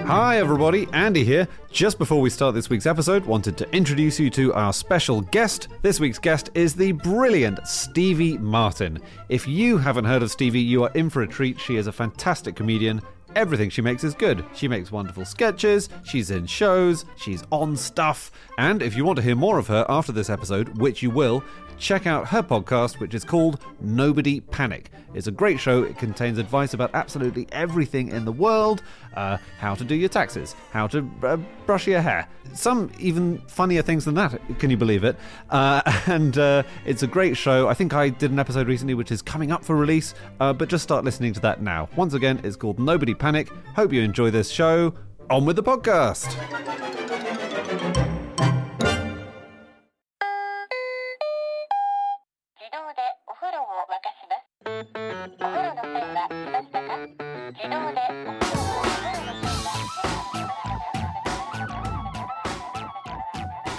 Hi, everybody, Andy here. Just before we start this week's episode, wanted to introduce you to our special guest. This week's guest is the brilliant Stevie Martin. If you haven't heard of Stevie, you are in for a treat. She is a fantastic comedian. Everything she makes is good. She makes wonderful sketches, she's in shows, she's on stuff. And if you want to hear more of her after this episode, which you will, check out her podcast, which is called Nobody Panic. It's a great show. It contains advice about absolutely everything in the world uh, how to do your taxes, how to uh, brush your hair, some even funnier things than that. Can you believe it? Uh, and uh, it's a great show. I think I did an episode recently which is coming up for release, uh, but just start listening to that now. Once again, it's called Nobody Panic. Hope you enjoy this show. On with the podcast.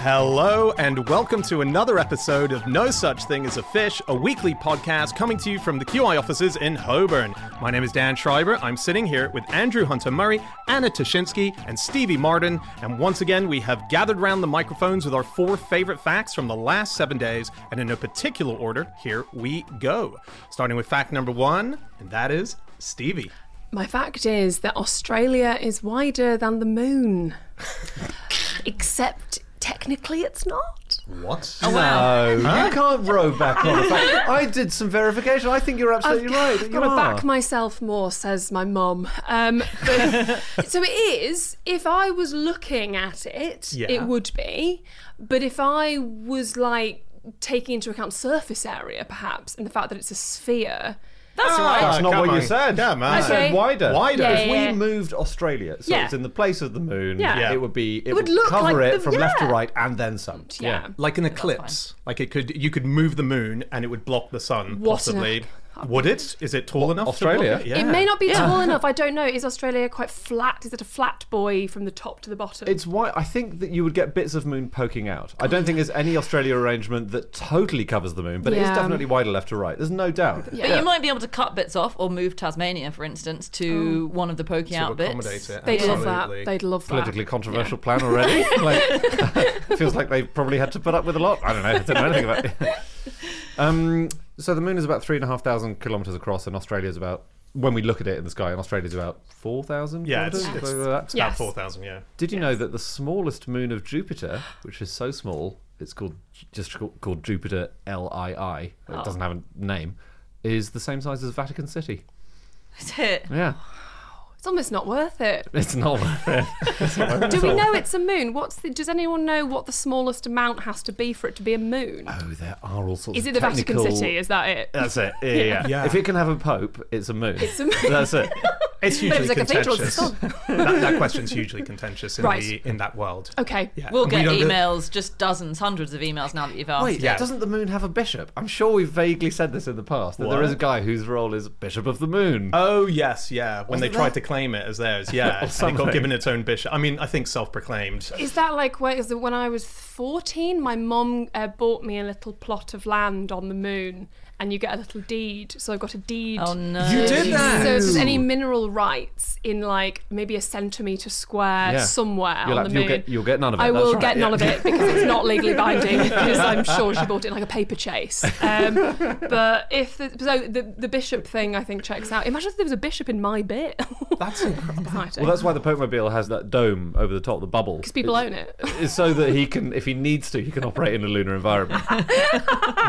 Hello, and welcome to another episode of No Such Thing as a Fish, a weekly podcast coming to you from the QI offices in Holborn. My name is Dan Schreiber. I'm sitting here with Andrew Hunter Murray, Anna Tashinsky, and Stevie Martin. And once again, we have gathered round the microphones with our four favorite facts from the last seven days. And in no particular order, here we go. Starting with fact number one, and that is Stevie. My fact is that Australia is wider than the moon. Except technically it's not. What? No, you can't row back on the fact. I did some verification. I think you're absolutely right. I've You got to are. back myself more, says my mum. Um, but- so it is, if I was looking at it, Yeah. it would be. But if I was like taking into account surface area, perhaps, and the fact that it's a sphere, uh, that's That's not come what you on. said. Come on. You said Okay. wider. Wider. Yeah, if yeah, yeah. we moved Australia, so Yeah. it's in the place of the moon, Yeah. Yeah. it would be. It, would look cover like it the- from left to yeah. right and then some. Yeah. like an eclipse. Like it could, you could move the moon and it would block the sun. What possibly, an- would it? Is it tall enough? Australia? To block it? Yeah. It may not be tall enough. I don't know. Is Australia quite flat? Is it a flat boy from the top to the bottom? It's why I think that you would get bits of moon poking out. I don't think there's any Australia arrangement that totally covers the moon, but it is Yeah. definitely wider left to right. There's no doubt. But you might be able to cut bits off or move Tasmania, for instance, to one of the poking out Oh. accommodate bits. it. They'd love Absolutely. that. They'd love that. Politically controversial plan already. Like, feels like they've probably had to put up with a lot. I don't know. I don't know anything about it. Um, so the moon is about three and a half thousand kilometers across, and Australia is about when we look at it in the sky, and Australia is about four thousand. Yeah, it's, it's, it's about Yes. four thousand. Yeah. Did you know that the smallest moon of Jupiter, which is so small, it's called just called, called Jupiter LII, it doesn't have a name, is the same size as Vatican City. That's it. Yeah, It's almost not worth it. it's not. it's not Do we know it's a moon? What's the, does anyone know what the smallest amount has to be for it to be a moon? Oh, there are all sorts. Is it of the Vatican technical- Uh, City? Is that it? That's it. Yeah, yeah. yeah. Yeah. If it can have a pope, it's a moon. It's a moon. That's it. It's hugely was a cathedral, contentious. it's that, that question's hugely contentious in Right. the in that world. Okay. Yeah. We'll We get don't- emails, just dozens, hundreds of emails now that you've asked. Wait, Yeah. doesn't the moon have a bishop? I'm sure we've vaguely said this in the past that there What? is a guy whose role is bishop of the moon. Oh yes, yeah. When they Wasn't there- tried to claim it as theirs, yeah, and it something. got given its own bishop. I mean, I think self-proclaimed. Is that like where is it when I was 14 my mom uh, bought me a little plot of land on the moon and you get a little deed so I got a deed. Oh no. You did that. So if there's any mineral rights in like maybe a centimetre square Yeah. somewhere You'll on have- the you'll moon. get- you'll get none of it, I will that's get right, none yeah. of it because it's not legally binding because I'm sure she bought it in like a paper chase. Um, but if the, so the, the bishop thing I think checks out. Imagine if there was a bishop in my bit. That's incredible. Exciting. Well, that's why the Pope Mobile has that dome over the top, the bubble. Because people own it. It's so that he can, if he needs to, he can operate in a lunar environment.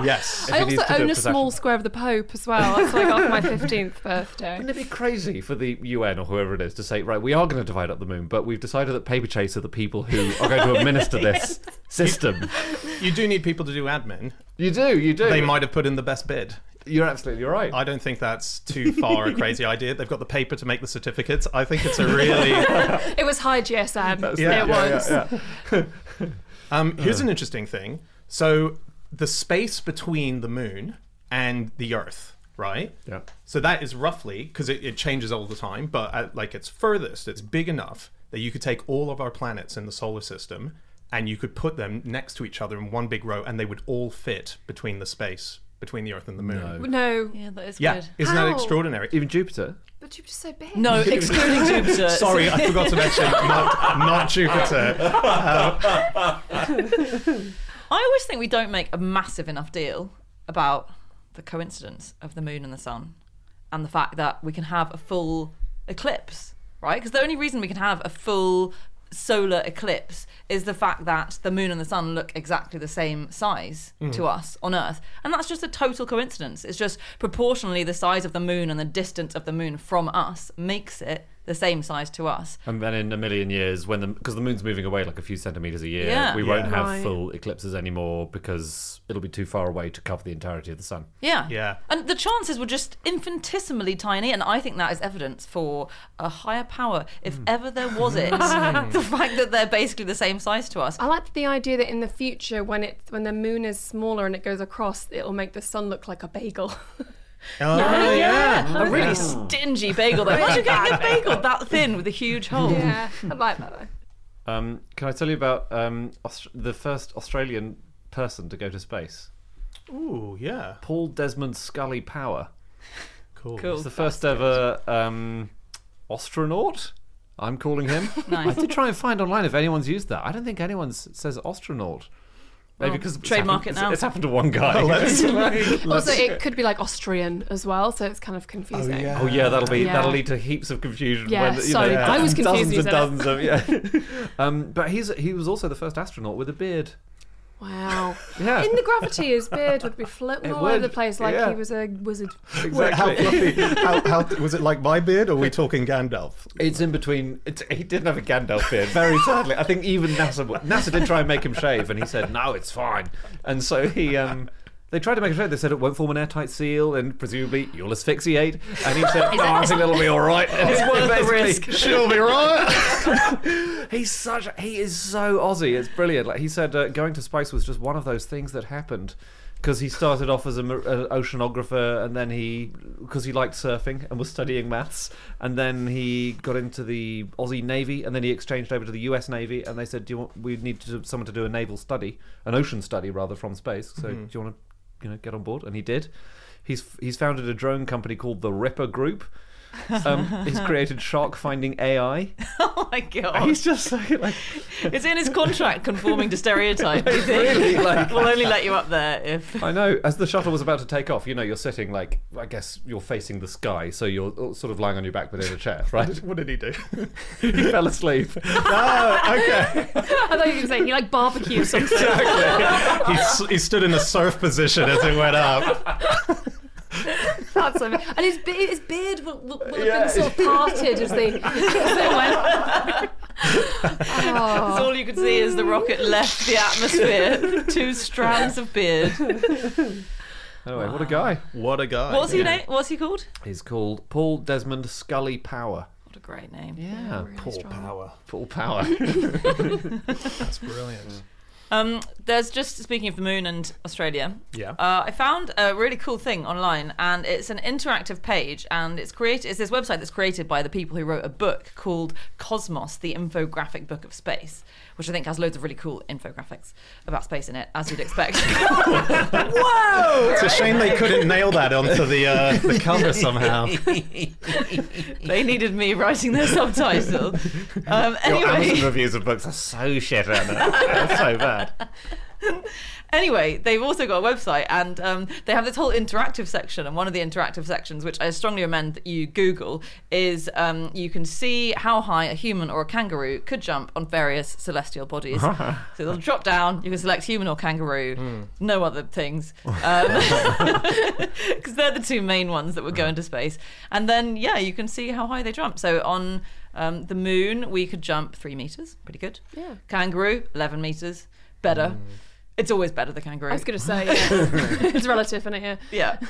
yes. I If it also is to do own a a small possession. square of the Pope as well. That's what I got for my 15th birthday. Wouldn't it be crazy for the UN or whoever it is to say, right, we are going to divide up the moon, but we've decided that paper chase are the people who are going to administer this system. You do need people to do admin. You do, you do. They might have put in the best bid. You're absolutely right. I don't think that's too far a crazy idea. They've got the paper to make the certificates. I think it's a really It was high GSM. yeah, it yeah, was. Um, here's an interesting thing. So the space between the moon and the Earth, right? Yeah. So that is roughly because it, it changes all the time, but at like its furthest, it's big enough that you could take all of our planets in the solar system and you could put them next to each other in one big row, and they would all fit between the space between the Earth and the moon. No. Yeah, that is Yeah, good. isn't that How? extraordinary? Even Jupiter. But Jupiter's so big. No, excluding Jupiter. Sorry, I forgot to mention not, not Jupiter. I always think we don't make a massive enough deal about the coincidence of the moon and the sun and the fact that we can have a full eclipse, right? Because the only reason we can have a full solar eclipse is the fact that the moon and the sun look exactly the same size to us on earth and that's just a total coincidence it's just proportionally the size of the moon and the distance of the moon from us makes it the same size to us And then in a million years, when the because the moon's moving away like a few centimeters a year, Yeah. we won't have Right. full eclipses anymore because it'll be too far away to cover the entirety of the sun. Yeah. Yeah. And the chances were just infinitesimally tiny, and I think that is evidence for a higher power, if ever there was it. the fact that they're basically the same size to us. I like the idea that in the future, when it when the moon is smaller and it goes across, it'll make the sun look like a bagel. Oh, A really stingy bagel though. Imagine getting a bagel that thin with a huge hole. yeah, I like that though. Um, can I tell you about um, Aust- the first Australian person to go to space? Ooh, yeah. Paul Desmond Scully Power. Cool. Cool. He's the first ever um, astronaut. I'm calling him. Nice. I did try and find online if anyone's used that. I don't think anyone s- says astronaut. Maybe Well, because it's trademark happened- it it's- now. It's happened to one guy. Oh, Also, it could be like Austrian as well, so it's kind of confusing. Oh, yeah, that'll be Yeah. that'll lead to heaps of confusion. Yeah, when, you sorry. know, I was confused Dozens when and you dozens of yeah. um, but he's he was also the first astronaut with a beard. Wow. Yeah, In the gravity, his beard would be floating It all over would, the place like yeah. he was a wizard. Wait, how exactly. fluffy? How, how was it like my beard, or are we talking Gandalf? It's in between. It's, he didn't have a Gandalf beard, very sadly. I think even NASA NASA did try and make him shave, and he said no, it's fine. And so he, um, they tried to make him shave. They said it won't form an airtight seal, and presumably you'll asphyxiate. And he said, no, I think it'll be all right. And it's worth the risk. She'll be right. He's such. He is so Aussie. It's brilliant. Like he said, uh, going to space was just one of those things that happened. Because he started off as an oceanographer, and then he, because he liked surfing and was studying maths, and then he got into the Aussie Navy, and then he exchanged over to the U.S. Navy, and they said, "Do you want? We need to, someone to do a naval study, an ocean study rather, from space. So do you want to, you know, get on board?" And he did. He's he's founded a drone company called the Ripper Group. Um, he's created shark finding AI. Oh my god. He's just so, like It's in his contract conforming to stereotype. do you think? really, like- we'll only let you up there if I know. As the shuttle was about to take off, you know, you're sitting like I guess you're facing the sky, so you're uh, sort of lying on your back within a chair, right? What did he do? he fell asleep. oh, okay. I thought you were saying he like barbecue or something. Exactly. he, s- he stood in a surf position as it went up. That's what I mean. And his, be- his beard will, will, will have Yeah. been sort of parted as they, as they went. That's Oh. all you could see is the rocket left the atmosphere. Two strands of beard. Anyway, what a guy. What a guy. What's he Yeah. name? What's he called? He's called Paul Desmond Scully Power. What a great name. Yeah, really Paul. strong. Power. Paul Power. That's brilliant. Um, there's just speaking of the moon and Australia. Yeah. Uh, I found a really cool thing online, and it's an interactive page, and it's created. It's this website that's created by the people who wrote a book called Cosmos: The Infographic Book of Space, which I think has loads of really cool infographics about space in it, as you'd expect. It's a shame they couldn't nail that onto the uh, the cover somehow. they needed me writing their subtitle. Um, Your anyway, Amazon reviews of books are so shit, Anna. They're so bad. anyway, they've also got a website and um, they have this whole interactive section. And one of the interactive sections, which I strongly recommend that you Google, is um, you can see how high a human or a kangaroo could jump on various celestial bodies. so they'll drop down, you can select human or kangaroo, no other things. Because they're the two main ones that would go into space. And then, yeah, you can see how high they jump. So on um, the moon, we could jump three meters, pretty good. Yeah. Kangaroo, 11 meters, better. It's always better the kangaroo. I was going to say, yeah. it's relative, isn't it? Yeah. yeah,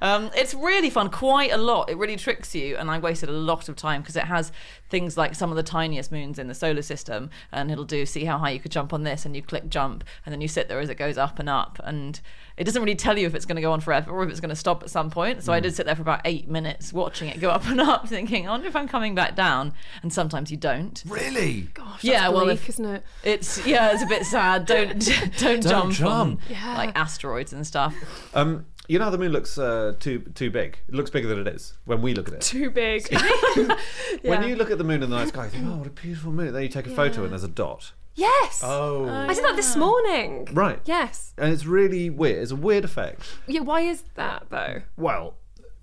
um, it's really fun. Quite a lot. It really tricks you, and I wasted a lot of time because it has things like some of the tiniest moons in the solar system, and it'll do see how high you could jump on this, and you click jump, and then you sit there as it goes up and up, and it doesn't really tell you if it's going to go on forever or if it's going to stop at some point. So I did sit there for about eight minutes watching it go up and up, thinking, I wonder if I'm coming back down. And sometimes you don't. Really? Gosh, that's Yeah, well, Oh, bleak, if- isn't it? It's yeah, it's a bit sad. Don't don't, jump, on, jump. Yeah. like asteroids and stuff. Um, You know how the moon looks uh, too too big. It looks bigger than it is when we look at it. Too big. When Yeah. you look at the moon in the night sky, you think, "Oh, what a beautiful moon." Then you take a photo and there's a dot. yes. Oh. I did that this morning. Right. Yes. And it's really weird. It's a weird effect. Yeah. Why is that though? Well,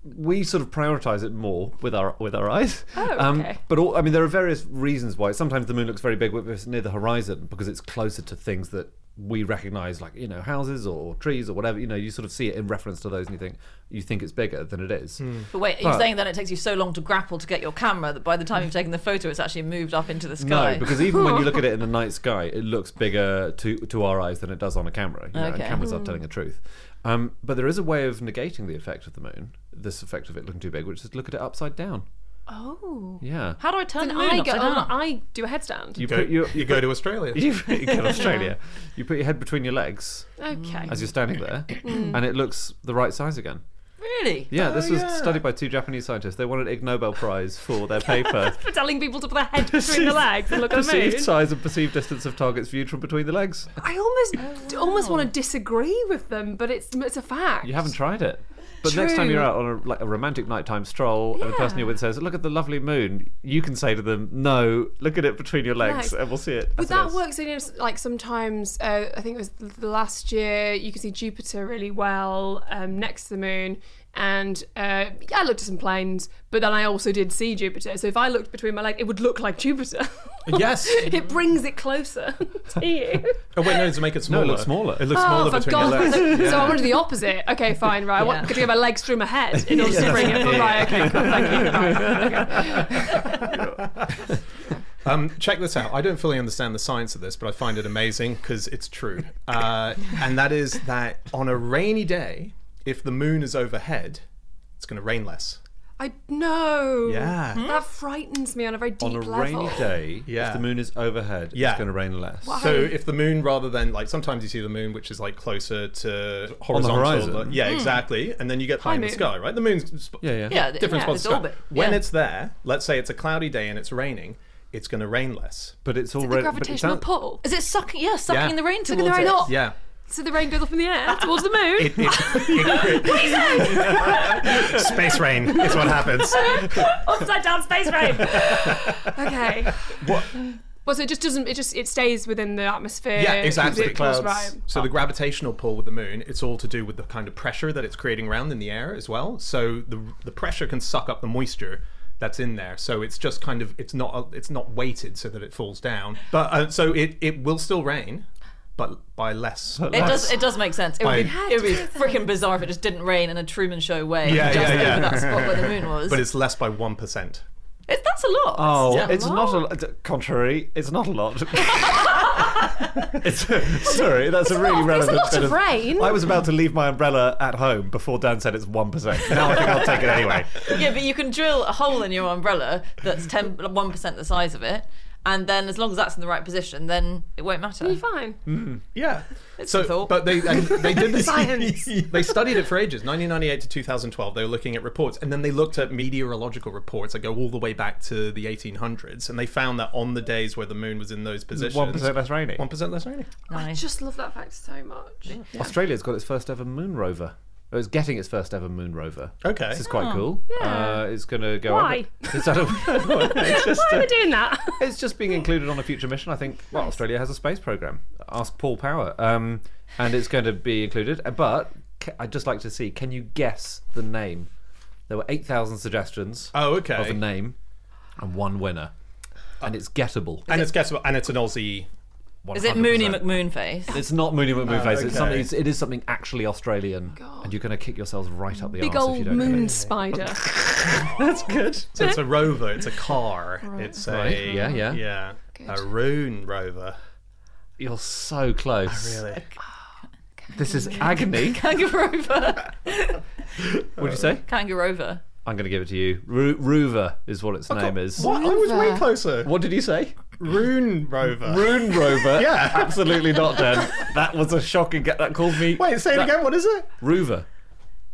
we sort of prioritize it more with our with our eyes. Um, Oh, okay. but all, I mean, there are various reasons why. Sometimes the moon looks very big if it's near the horizon because it's closer to things that we recognize, like you know, houses or trees or whatever. You know, you sort of see it in reference to those, and you think you think it's bigger than it is. But wait, are you But- saying that it takes you so long to grapple to get your camera that by the time you've taken the photo, it's actually moved up into the sky? No, because even when you look at it in the night sky, it looks bigger to to our eyes than it does on a camera. You know, and Okay. cameras are telling the truth. Um, but there is a way of negating the effect of the moon, this effect of it looking too big, which is look at it upside down. Oh. Yeah. How do I turn And the moon I go. upside down? I do a headstand. You Go- put your you go to Australia. you put, in Australia, you put your head between your legs okay. as you're standing there, Mm. and it looks the right size again. Really? Oh, Yeah, this was yeah. studied by two Japanese scientists. They won an Ig Nobel Prize for their paper. For telling people to put their head between the legs and look at the Perceived moon. size and perceived distance of targets viewed from between the legs. I almost almost want to disagree with them, but it's it's a fact. You haven't tried it. But next time you're True. out on a, like a romantic nighttime stroll and the person Yeah. you're with says, "Look at the lovely moon," you can say to them, "No, look at it between your legs, Legs. and we'll see it." But as it that is." works. You know, s- like sometimes uh, I think it was th- the last year you could see Jupiter really well um, next to the moon, and uh, yeah, I looked at some planes, but then I also did see Jupiter. So if I looked between my leg, it would look like Jupiter. Yes. it brings it closer to you. Oh wait, no, to make it No, smaller. it looks smaller. It looks Oh, smaller for between God's your legs. sake. So, I want to do the opposite. Okay, fine, right. I Yeah. want to get my legs through my head in order to bring it. Yeah. Right, okay, cool, thank you. Right, okay. Um, check this out. I don't fully understand the science of this, but I find it amazing because it's true. Uh, and that is that on a rainy day, if the moon is overhead, it's going to rain less. I know. Yeah. Mm. Hmm? That frightens me on a very deep on a level. rainy day, Yeah. if the moon is overhead, Yeah. it's going to rain less. So if the moon, rather than like sometimes you see the moon, which is like closer to horizontal, horizon. like- Mm. yeah, exactly, and then you get high in the moon. sky, right? The moon's sp- Yeah, yeah. Yeah, different yeah, spots its of sky. orbit. When Yeah. it's there, let's say it's a cloudy day and it's raining, it's going to rain less. But it's The already but it's gravitational not- pull. Is it sucking? Yeah, sucking Yeah. the rain Sucking towards the rain it. up. Yeah. So the rain goes up in the air towards the moon. It- it- Space rain is what happens. Upside down space rain. okay. What? Well, so it just doesn't. It just it stays within the atmosphere. Yeah, exactly. It pulls right. So the gravitational pull with the moon, it's all to do with the kind of pressure that it's creating around in the air as well. So the the pressure can suck up the moisture that's in there. So it's just kind of it's not it's not weighted so that it falls down. But uh, so it it will still rain, but by less. It does. It does make sense. It would be, Fine. it would be freaking bizarre if it just didn't rain in a Truman Show way. Yeah, just yeah, yeah. over that spot where the moon was. But it's less by one percent. It- that's a lot. Oh, Yeah. it's not a lot. Contrary, it's not a lot. it's, sorry, that's a really not- it's a relevant lot bit of rain. I was about to leave my umbrella at home before Dan said it's 1%. Now I think I'll take it anyway. Yeah, but you can drill a hole in your umbrella that's 10, 1% the size of it, and then as long as that's in the right position, then it won't matter. You're fine. Mm. Yeah. a So, thought. but they and they did this. Science. they studied it for ages, 1998 to 2012. They were looking at reports, and then they looked at meteorological reports that go all the way back to the 1800s, and they found that on the days where the moon was in those positions, 1% less rainy. one percent less rainy. I Nice. just love that fact so much. Australia's got its first ever moon rover. Or it's getting its first ever moon rover. Okay. This is quite cool. Oh, yeah. Uh, it's going to go Why? up. It's, out of, it's, just, Why are uh, they doing that? it's just being included on a future mission. I think, well, Australia has a space program. Ask Paul Power. Um, and it's going to be included. Uh, But ca- I'd just like to see can you guess the name? There were 8,000 suggestions Oh, okay. Uh, of the name and one winner. And it's gettable. and it's guessable, and it's an Aussie. Is 100%. it Mooney McMoonface? It's not Mooney McMoonface. okay. It's something. It's, it is something actually Australian, and you're going to kick yourselves right up the Big arse if you old don't. get moon it. spider. That's good. So it's a rover. It's a car. It's a Right, yeah, yeah. yeah. A rune rover. You're so close. Oh, Really. This is agony. Kangaroo What'd you say? Kangaroo I'm going to give it to you. Ru- Ruva is what its name is. What? I was way Rover. closer. What did you say? Rune rover. Rune Rover. Yeah. absolutely not, Dan. That was a shocking. Get that called me. Wait, say it again. What is it? Ruva.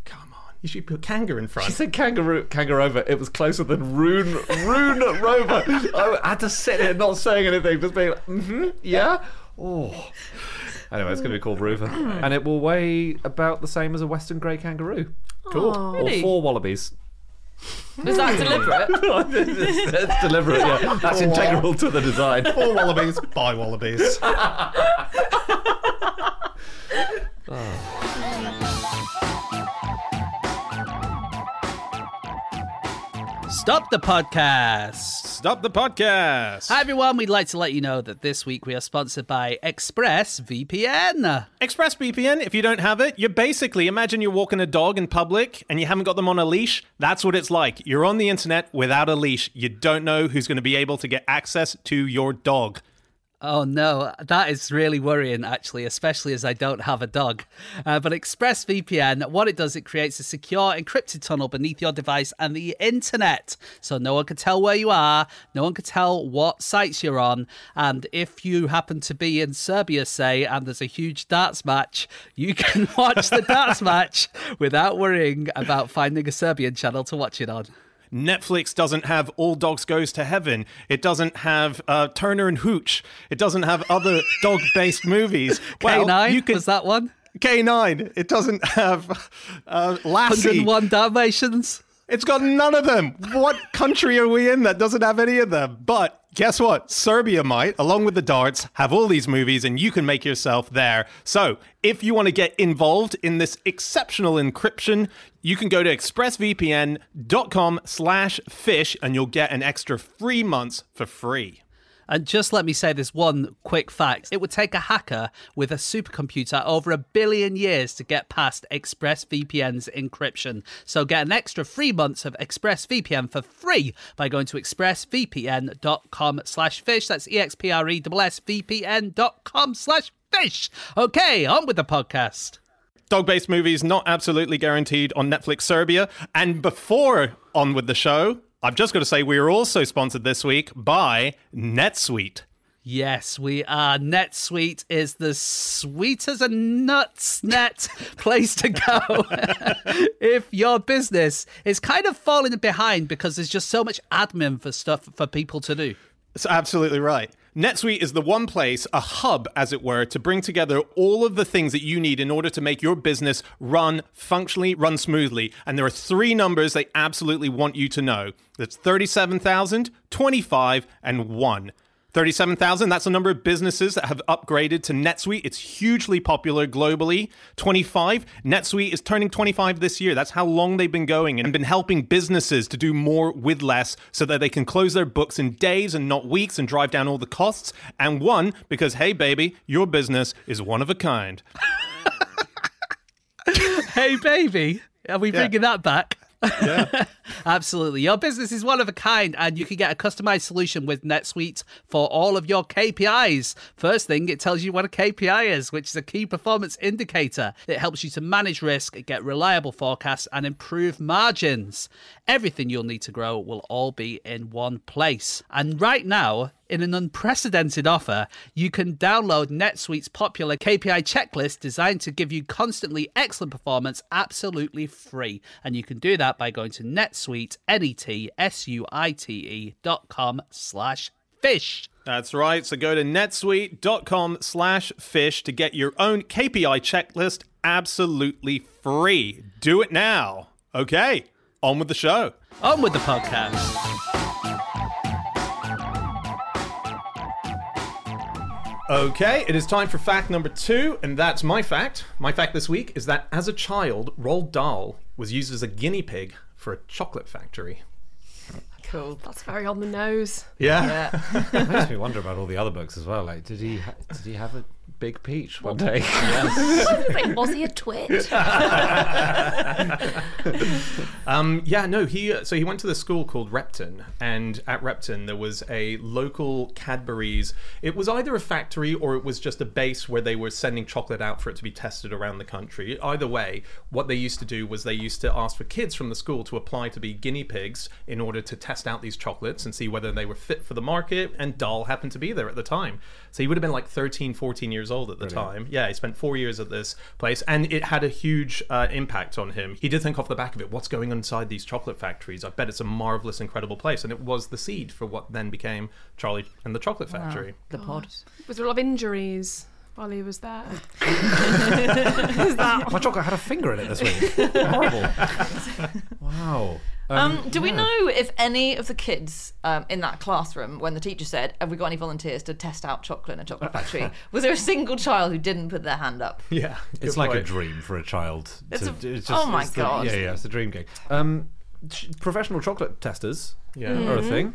Come on. You should put kangaroo in front. She said kangaroo, kangaroo. Rover. It was closer than rune, rune rover. I had to sit here not saying anything, just being, like, mm-hmm, yeah. Oh, Anyway, it's going to be called Rover, Hmm. and it will weigh about the same as a Western grey kangaroo, Cool. Oh. or Really? four wallabies. Is that deliberate? That's deliberate. Yeah, that's Four. integral to the design. Four wallabies, buy wallabies. Stop the podcast. Stop the podcast. Hi everyone, we'd like to let you know that this week we are sponsored by ExpressVPN. ExpressVPN, if you don't have it, you're basically imagine you're walking a dog in public and you haven't got them on a leash. That's what it's like. You're on the internet without a leash. You don't know who's going to be able to get access to your dog. Oh no, that is really worrying actually, especially as I don't have a dog. Uh, but ExpressVPN, what it does, it creates a secure encrypted tunnel beneath your device and the internet. So no one can tell where you are, no one can tell what sites you're on. And if you happen to be in Serbia, say, and there's a huge darts match, you can watch the darts match without worrying about finding a Serbian channel to watch it on. Netflix doesn't have All Dogs Goes to Heaven. It doesn't have uh, Turner and Hooch. It doesn't have other dog-based movies. Well, K9 you can was that one? K9. It doesn't have uh, Lassie. 101 Dalmatians. It's got none of them. What country are we in that doesn't have any of them? But guess what? Serbia might, along with the darts, have all these movies and you can make yourself there. So if you want to get involved in this exceptional encryption, you can go to expressvpn.com slash fish and you'll get an extra three months for free. And just let me say this one quick fact. It would take a hacker with a supercomputer over a billion years to get past ExpressVPN's encryption. So get an extra three months of ExpressVPN for free by going to expressvpn.com slash fish. That's E E-X-P-R-E-S-S-V-P-N dot com slash fish. Okay, on with the podcast. Dog based movies not absolutely guaranteed on Netflix Serbia. And before on with the show, I've just got to say we are also sponsored this week by NetSuite. Yes, we are. NetSuite is the sweet as a nuts net place to go if your business is kind of falling behind because there's just so much admin for stuff for people to do. That's absolutely right. NetSuite is the one place, a hub, as it were, to bring together all of the things that you need in order to make your business run functionally, run smoothly. And there are three numbers they absolutely want you to know that's 37,000, 25, and 1. 37,000, that's the number of businesses that have upgraded to NetSuite. It's hugely popular globally. 25, NetSuite is turning 25 this year. That's how long they've been going and been helping businesses to do more with less so that they can close their books in days and not weeks and drive down all the costs. And one, because hey, baby, your business is one of a kind. Hey, baby, are we bringing that back? Yeah. Absolutely. Your business is one of a kind, and you can get a customized solution with NetSuite for all of your KPIs. First thing, it tells you what a KPI is, which is a key performance indicator. It helps you to manage risk, get reliable forecasts, and improve margins. Everything you'll need to grow will all be in one place. And right now, in an unprecedented offer, you can download NetSuite's popular KPI checklist designed to give you constantly excellent performance absolutely free. And you can do that by going to NetSuite, E N-E-T-S-U-I-T-E E dot com slash fish. That's right. So go to netsuite.com slash fish to get your own KPI checklist absolutely free. Do it now. Okay, on with the show. On with the podcast. Okay, it is time for fact number two, and that's my fact. My fact this week is that as a child, Roald Dahl was used as a guinea pig for a chocolate factory. cool. That's very on the nose. Yeah. Yeah. It makes me wonder about all the other books as well. Like, did he ha- did he have a big peach one day? was he a twit? Um, yeah, no, he uh, so he went to the school called Repton, and at Repton there was a local Cadbury's. It was either a factory or it was just a base where they were sending chocolate out for it to be tested around the country. Either way, what they used to do was they used to ask for kids from the school to apply to be guinea pigs in order to test out these chocolates and see whether they were fit for the market. And Dahl happened to be there at the time, so he would have been like 13, 14 years old at the time. Yeah, he spent four years at this place, and it had a huge uh, impact on him. He did think off the back of it, what's going on inside these chocolate factories? I bet it's a marvelous, incredible place, and it was the seed for what then became Charlie and the Chocolate Factory. The pod. Was there a lot of injuries? while he was there. Is that- My chocolate had a finger in it this week. Horrible. Wow. Um, do we know if any of the kids um, in that classroom, when the teacher said, "Have we got any volunteers to test out chocolate in a chocolate factory?" was there a single child who didn't put their hand up? Yeah, It's like a dream for a child. It's to, a- oh my it's the- God. yeah, yeah, it's a dream gig. Um, ch- professional chocolate testers Yeah. are a Mm-hmm. thing,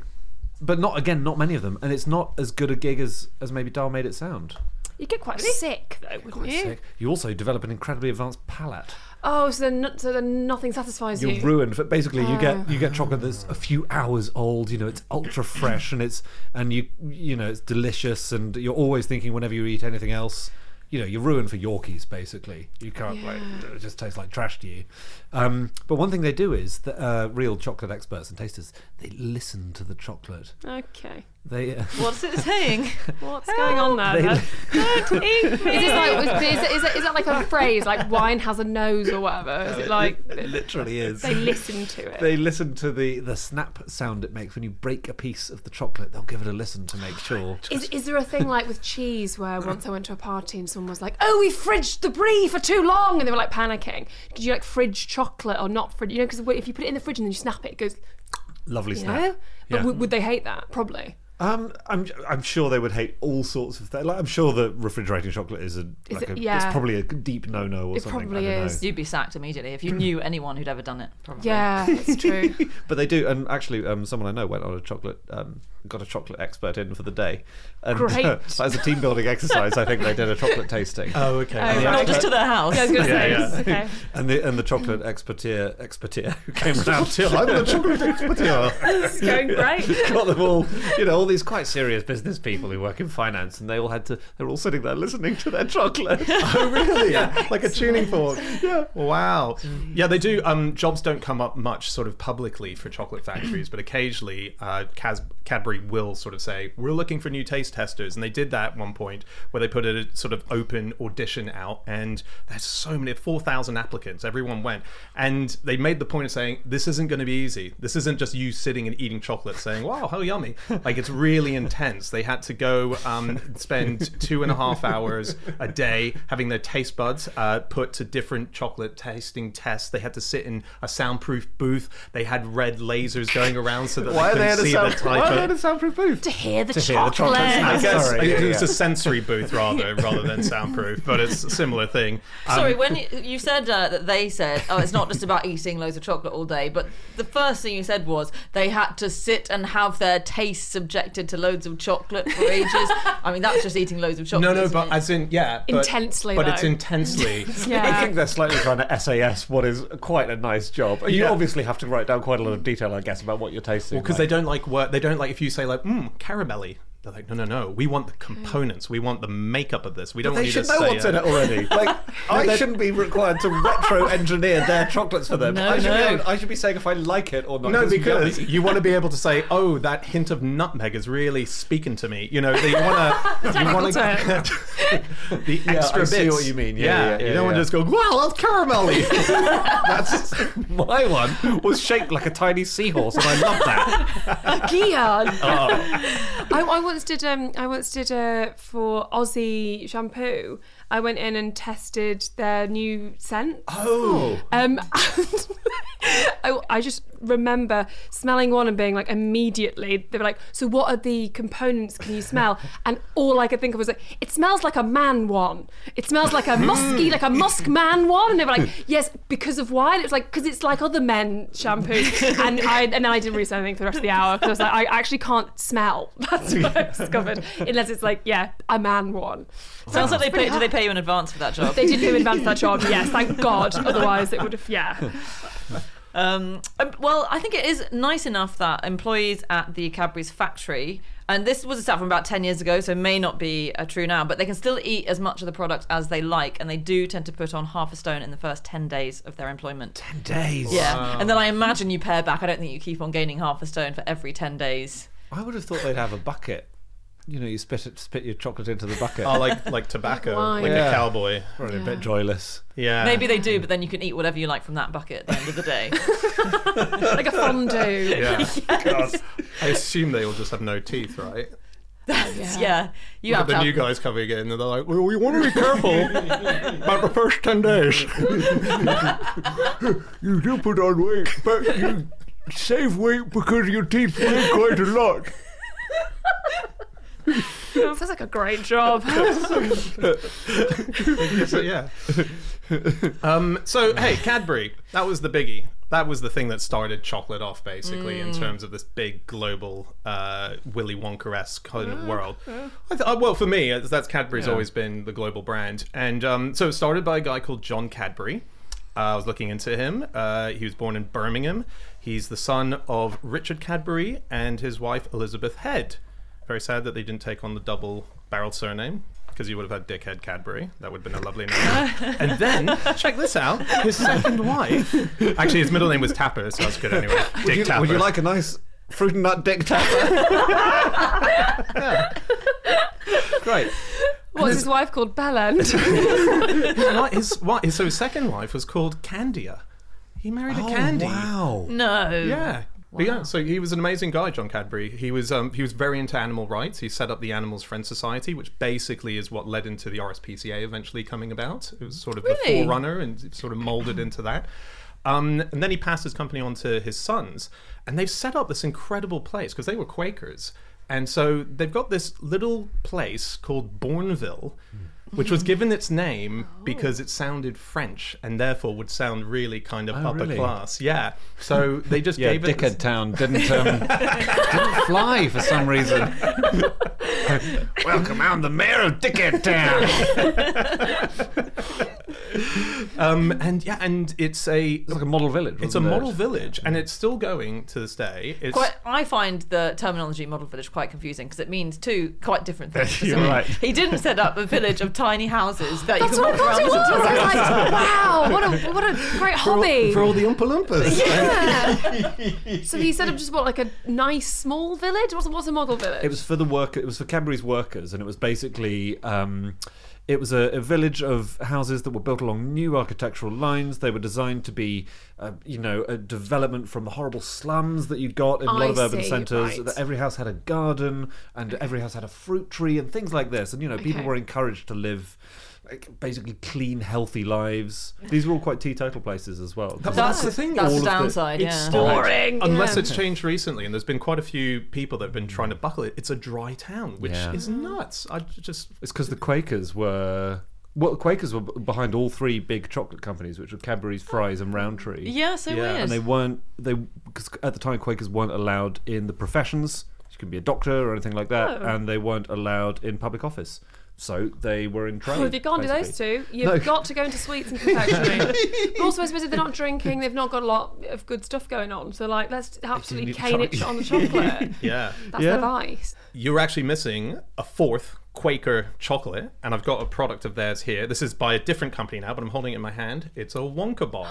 but not again, not many of them, and it's not as good a gig as as maybe Dahl made it sound. You get quite sick though, wouldn't you? Sick. You also develop an incredibly advanced palate. oh, so then, no- so then nothing satisfies You're you. ruined. For, basically, you get you Ah. get chocolate that's a few hours old. You know, it's ultra fresh, and it's and you you know it's delicious, and you're always thinking whenever you eat anything else. You know, you're ruined for Yorkies. Basically, you can't like it just tastes like trash to you. Um, but one thing they do is that uh, real chocolate experts and tasters they listen to the chocolate. okay, They uh, What's it saying? what's going on there? they then? Is this like is, it- is, it, is that like a phrase like wine has a nose or whatever? Is it like literally is. they listen to it? They listen to the, the snap sound it makes when you break a piece of the chocolate. They'll give it a listen to make sure. Is, is there a thing like with cheese where once I went to a party and someone was like, "Oh, we fridged the brie for too long," and they were like panicking. Could you like fridge chocolate or not fridge? You know, because if you put it in the fridge and then you snap it, it goes. Lovely You snap. know, but Yeah. w- would they hate that? Probably. Um, I'm I'm sure they would hate all sorts of things. Like, I'm sure that refrigerating chocolate is a Is like it- a, yeah. it's probably a deep no no or It something. I probably don't know. is. You'd be sacked immediately if you knew anyone who'd ever done it. Probably. Yeah, that's true. But they do, and actually, um, someone I know went on a chocolate, um, got a chocolate expert in for the day. And, Great. that was a team building exercise. I think they did a chocolate tasting. Oh, okay. Oh, Not right. just to their house. Yeah, I was going to say. Yeah, yeah. Okay. And the and the chocolate expertier expertier who came down to I'm the chocolate expertier. It's going great. Got them all, you know, all these quite serious business people who work in finance, and they all had to. They're all sitting there listening to their chocolate. Oh, really? Like a tuning fork. Yeah. Wow. Yeah, they do. Um, jobs don't come up much sort of publicly for chocolate factories, but occasionally uh, Cas- Cadbury will sort of say, we're looking for new taste testers. And they did that at one point where they put a sort of open audition out, and there's so many 4,000 applicants. Everyone went. And they made the point of saying, this isn't going to be easy. This isn't just you sitting and eating chocolate saying, wow, how yummy. Like, it's really intense. They had to go um, spend two and a half hours a day having their taste buds uh, put to different chocolate tasting tests. They had to sit in a soundproof booth. They had red lasers going around so that Why are they they in couldn't a see sound? the Why are they type in a of. soundproof booth? to hear the hear the chocolate. chocolate snap. I guess Sorry, yeah, it was yeah. a sensory booth rather rather than soundproof, but it's a similar thing. Um, Sorry, when you, you said uh, that they said, oh, it's not just about eating loads of chocolate all day, but the first thing you said was they had to sit and have their taste subjected to loads of chocolate for ages. I mean, that's just eating loads of chocolate. No, no, isn't but it? as in, yeah, but, Intensely, but it's though. intensely. I Yeah. think they're slightly trying to SAS what is quite a nice job. You Yeah. obviously have to write down quite a lot of detail, I guess, about what you're tasting. Well, because like. they don't like what they don't like if you say like, mm, caramelly. They're like, no, no, no. We want the components. We want the makeup of this. We don't. They want you should to know say what's it. in it already. Like, I shouldn't be required to retro-engineer their chocolates for them. No, I, should no. Be, able- I should be saying if I like it or not. No, It's because yummy. you want to be able to say, "Oh, that hint of nutmeg is really speaking to me." You know, they want to, you want to, the extra I bits. see what you mean. Yeah, yeah, yeah, you don't want yeah. to just go, "Wow, that's caramelly." that's my one was shaped like a tiny seahorse, and I love that. Gian. I, I once did. Um, I once did uh, for Aussie shampoo. I went in and tested their new scent. Oh, Um, and I, I just remember smelling one and being like, immediately, they were like, So, what are the components can you smell? And all I could think of was, like, It smells like a man one. It smells like a musky, like a musk man one. And they were like, Yes, because of why? And it was like, Because it's like other men shampoo. And I and then I didn't research anything for the rest of the hour because I was like, I actually can't smell. That's what I discovered. Unless it's like, Yeah, a man one. sounds like they pay, do they pay you in advance for that job? They did do advance that job, yes, thank God. Otherwise, it would have, yeah. Um, um, well, I think it is nice enough that employees at the Cadbury's factory, and this was a stat from about 10 years ago, so it may not be uh, true now, but they can still eat as much of the product as they like, and they do tend to put on half a stone in the first 10 days of their employment. 10 days? Yeah. And then I imagine you pare back. I don't think you keep on gaining half a stone for every 10 days. I would have thought they'd have a bucket. You know, you spit it, spit your chocolate into the bucket. oh, like like tobacco, Wine. like Yeah. a cowboy. Probably a bit joyless. Yeah, Maybe they do, but then you can eat whatever you like from that bucket at the end of the day. Like a fondue. Yeah. I assume they will just have no teeth, right? That's, yeah. You Look have at to the have new guys coming in, and they're like, well, "We want to be careful about the first ten days. you do put on weight, but you save weight because your teeth weigh quite a lot." Sounds like a great job. so yeah. um, so hey, Cadbury. That was the biggie. That was the thing that started chocolate off, basically, in Mm. terms of this big global uh, Willy Wonka-esque kind Ah, of world. I th- uh, well, for me, it's- that's Cadbury's always been the global brand, and um, so it started by a guy called John Cadbury. Uh, I was looking into him. Uh, he was born in Birmingham. He's the son of Richard Cadbury and his wife Elizabeth Head. Very sad that they didn't take on the double barrel surname because you would have had Dickhead Cadbury. That would have been a lovely name. and then, check this out his second wife. Actually, his middle name was Tapper, so that's good anyway. Dick Would you, Tapper. would you like a nice fruit and nut dick tapper? Great. What's his wife called? Bellend. His, wi- his, wi- his, so his second wife was called Candia. He married Oh, a Candy. Oh, Wow. No. Yeah. But yeah, so he was an amazing guy, John Cadbury. He was um, he was very into animal rights. He set up the Animals Friends Society, which basically is what led into the RSPCA eventually coming about. It was sort of the Really? forerunner and it sort of molded into that. Um, and then he passed his company on to his sons, and they've set up this incredible place because they were Quakers, and so they've got this little place called Bourneville, which was given its name because it sounded French and therefore would sound really kind of upper really? class. Yeah, so they just Yeah, gave it. dickhead town didn't um, didn't fly for some reason. Welcome, I'm the mayor of dickhead town. Um, and yeah, and it's a It's like a model village. it's a wasn't it? model village, and it's still going to this day. It's Quite, I find the terminology model village quite confusing because it means two quite different things. You're doesn't it? right. He didn't set up a village of tiny houses that That's you can what I walk thought around. it was. and- I was like, wow, what a what a great hobby. all the Oompa Loompas. yeah. so he set up just what like a nice small village. What's what's a model village? It was for the work. It was for Cadbury's workers, and it was basically. Um, it was a, a village of houses that were built along new architectural lines. They were designed to be, uh, you know, a development from the horrible slums that you got in a lot I of urban see, centres. right. That Every house had a garden, and every house had a fruit tree, and things like this. And you know, people Okay. were encouraged to live. Like basically clean, healthy lives. These were all quite teetotal places as well. That- That's That's- the thing. That's all the of the- downside. it's yeah. still- Boring. Unless Yeah. it's changed recently, and there's been quite a few people that have been trying to buckle it. It's a dry town, which Yeah. is nuts. I j- just It's because the Quakers were. Well, the Quakers were b- behind all three big chocolate companies, which were Cadbury's, Fry's, and Roundtree. Uh, yeah, so Yeah, weird. And they weren't. They because at the time Quakers weren't allowed in the professions. You could be a doctor or anything like that, and they weren't allowed in public office. So they were in trade. Well, if you Oh, can't do those basically. two, you've got to go into sweets and confectionery. but also, I suppose if they're not drinking, they've not got a lot of good stuff going on. So, like, let's absolutely cane it on the chocolate. yeah. That's Yeah. the vice. You're actually missing a fourth Quaker chocolate, and I've got a product of theirs here. This is by a different company now, but I'm holding it in my hand. It's a Wonka bar,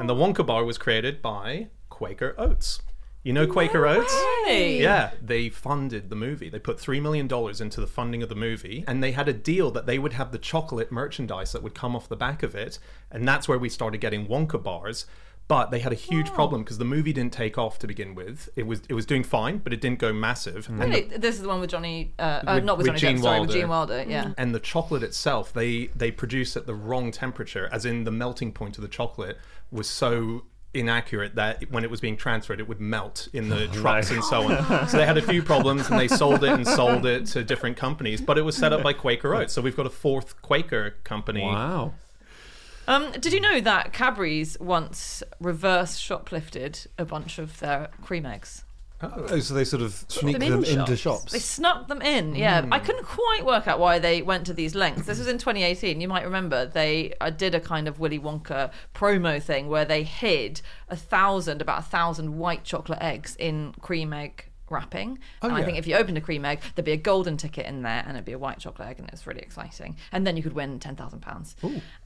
and the Wonka bar was created by Quaker Oats. You know Quaker Oats? Hey. Yeah, they funded the movie. They put $3 million into the funding of the movie, and they had a deal that they would have the chocolate merchandise that would come off the back of it. And that's where we started getting Wonka bars. But they had a huge problem because the movie didn't take off to begin with. It was it was doing fine, but it didn't go massive. And, the, Really? This is the one with Johnny. Uh, uh, With- not with, with Johnny Gene Depp, sorry, with Wilder. Mm. Gene Wilder. Yeah. and the chocolate itself, they they produce at the wrong temperature, as in the melting point of the chocolate was so inaccurate that when it was being transferred, it would melt in the trucks and so on. So they had a few problems, and they sold it and sold it to different companies. But it was set up by Quaker Oats, so we've got a fourth Quaker company. Wow. Um, did you know that Cadbury's once reverse shoplifted a bunch of their cream eggs? Oh, so they sort of sneak them in them into They shops. Hmm. snuck them in. Yeah, I couldn't quite work out why they went to these lengths. This was in 2018. You might remember they I did a kind of Willy Wonka promo thing where they hid a thousand, about a thousand white chocolate eggs in cream egg wrapping. Oh, and I think if you opened a cream egg, there'd be a golden ticket in there, and it'd be a white chocolate egg, and it was really exciting. And then you could win ten thousand pounds.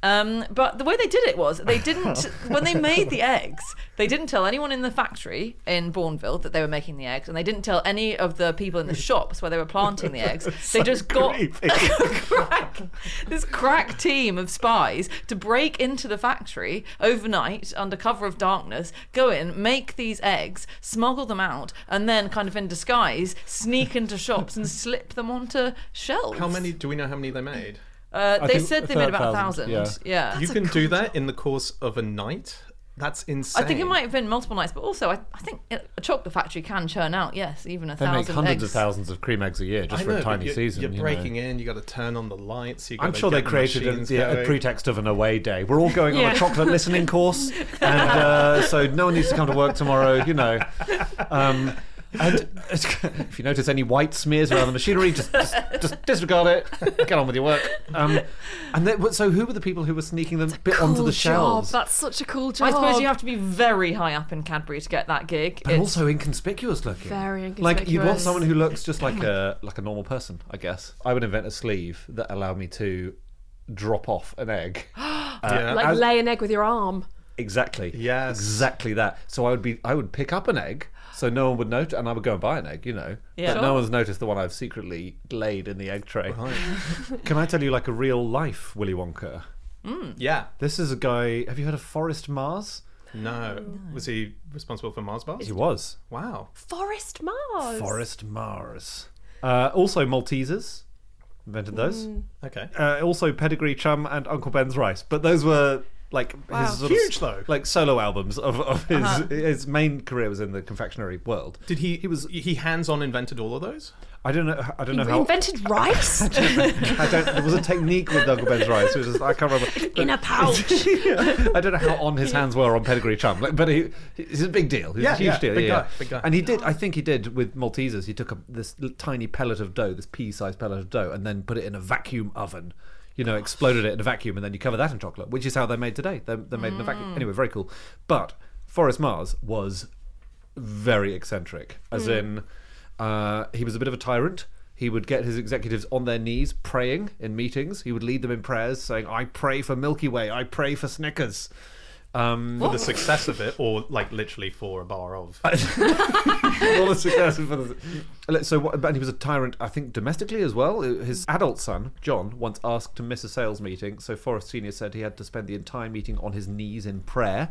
Um, but the way they did it was they didn't when they made the eggs, they didn't tell anyone in the factory in Bourneville that they were making the eggs, and they didn't tell any of the people in the shops where they were planting the eggs. they just got crack, this crack team of spies to break into the factory overnight under cover of darkness, go in, make these eggs, smuggle them out, and then kind of in disguise sneak into shops and slip them onto shelves. How many do we know? How many they made? Uh, I they think said they made about a 1,000, thousand. yeah. Yeah. you can do that in the course of a night. That's I insane. think it might have been multiple nights, but also I, I think it, a chocolate factory can churn out, yes, even a They make thousand hundreds eggs. of thousands of cream eggs a year just I for know, a but tiny you're, season. You're you know. breaking in. You got to turn on the lights. You I'm gotta sure they get the created a, machines yeah, a going. pretext of an away day. We're all going on Yeah. a chocolate listening course, and uh, so no one needs to come to work tomorrow. You know. Um, and if you notice any white smears around the machinery, just, just, just disregard it. Get on with your work. Um, and then, so, who were the people who were sneaking them bit onto Cool the shelves? Job. That's such a cool job. I suppose you have to be very high up in Cadbury to get that gig. but It's- also inconspicuous looking. Very Like you'd want inconspicuous. Oh someone who looks just like a like a normal person, I guess. I would invent a sleeve that allowed me to drop off an egg. Uh, Yeah. like as- lay an egg with your arm. Exactly. Yes. Exactly that. So I would be I would pick up an egg so no one would notice and I would go and buy an egg, you know. But Yeah. Sure. no one's noticed the one I've secretly laid in the egg tray. Can I tell you like a real life Willy Wonka? Mm. yeah. This is a guy have you heard of Forrest Mars? No. Was he responsible for Mars bars? He was. Wow. Forest Mars. Forrest Mars. Uh, also Maltesers. Invented those. Okay. uh, also Pedigree Chum and Uncle Ben's Rice. But those were like his sort Huge, of, though. like solo albums of, of his his main career was in the confectionery world. Did he? He was. He hands-on invented all of those. I don't know. I don't know You how. invented rice I don't, there was a technique with Uncle Ben's Rice, which is I can't remember. in a pouch. Yeah. I don't know how on his hands were on Pedigree Chum, like, but he, he's a big deal. He's Yeah, a huge yeah, deal. big yeah, guy, yeah. big guy. And he did. I think he did with Maltesers. He took a, this l- tiny pellet of dough, this pea-sized pellet of dough, and then put it in a vacuum oven. You know, exploded it in a vacuum, and then you cover that in chocolate, which is how they're made today. They're, they're made in a vacuum. Mm. Anyway, very cool. But Forrest Mars was very eccentric, as Mm. in uh, he was a bit of a tyrant. He would get his executives on their knees praying in meetings. He would lead them in prayers, saying, "I pray for Milky Way. I pray for Snickers." Um, For the success of it, or like literally for a bar of. all the success for the- Like, So, what, and he was a tyrant, I think, domestically as well. His adult son, John, once asked to miss a sales meeting, so Forrest Senior said he had to spend the entire meeting on his knees in prayer.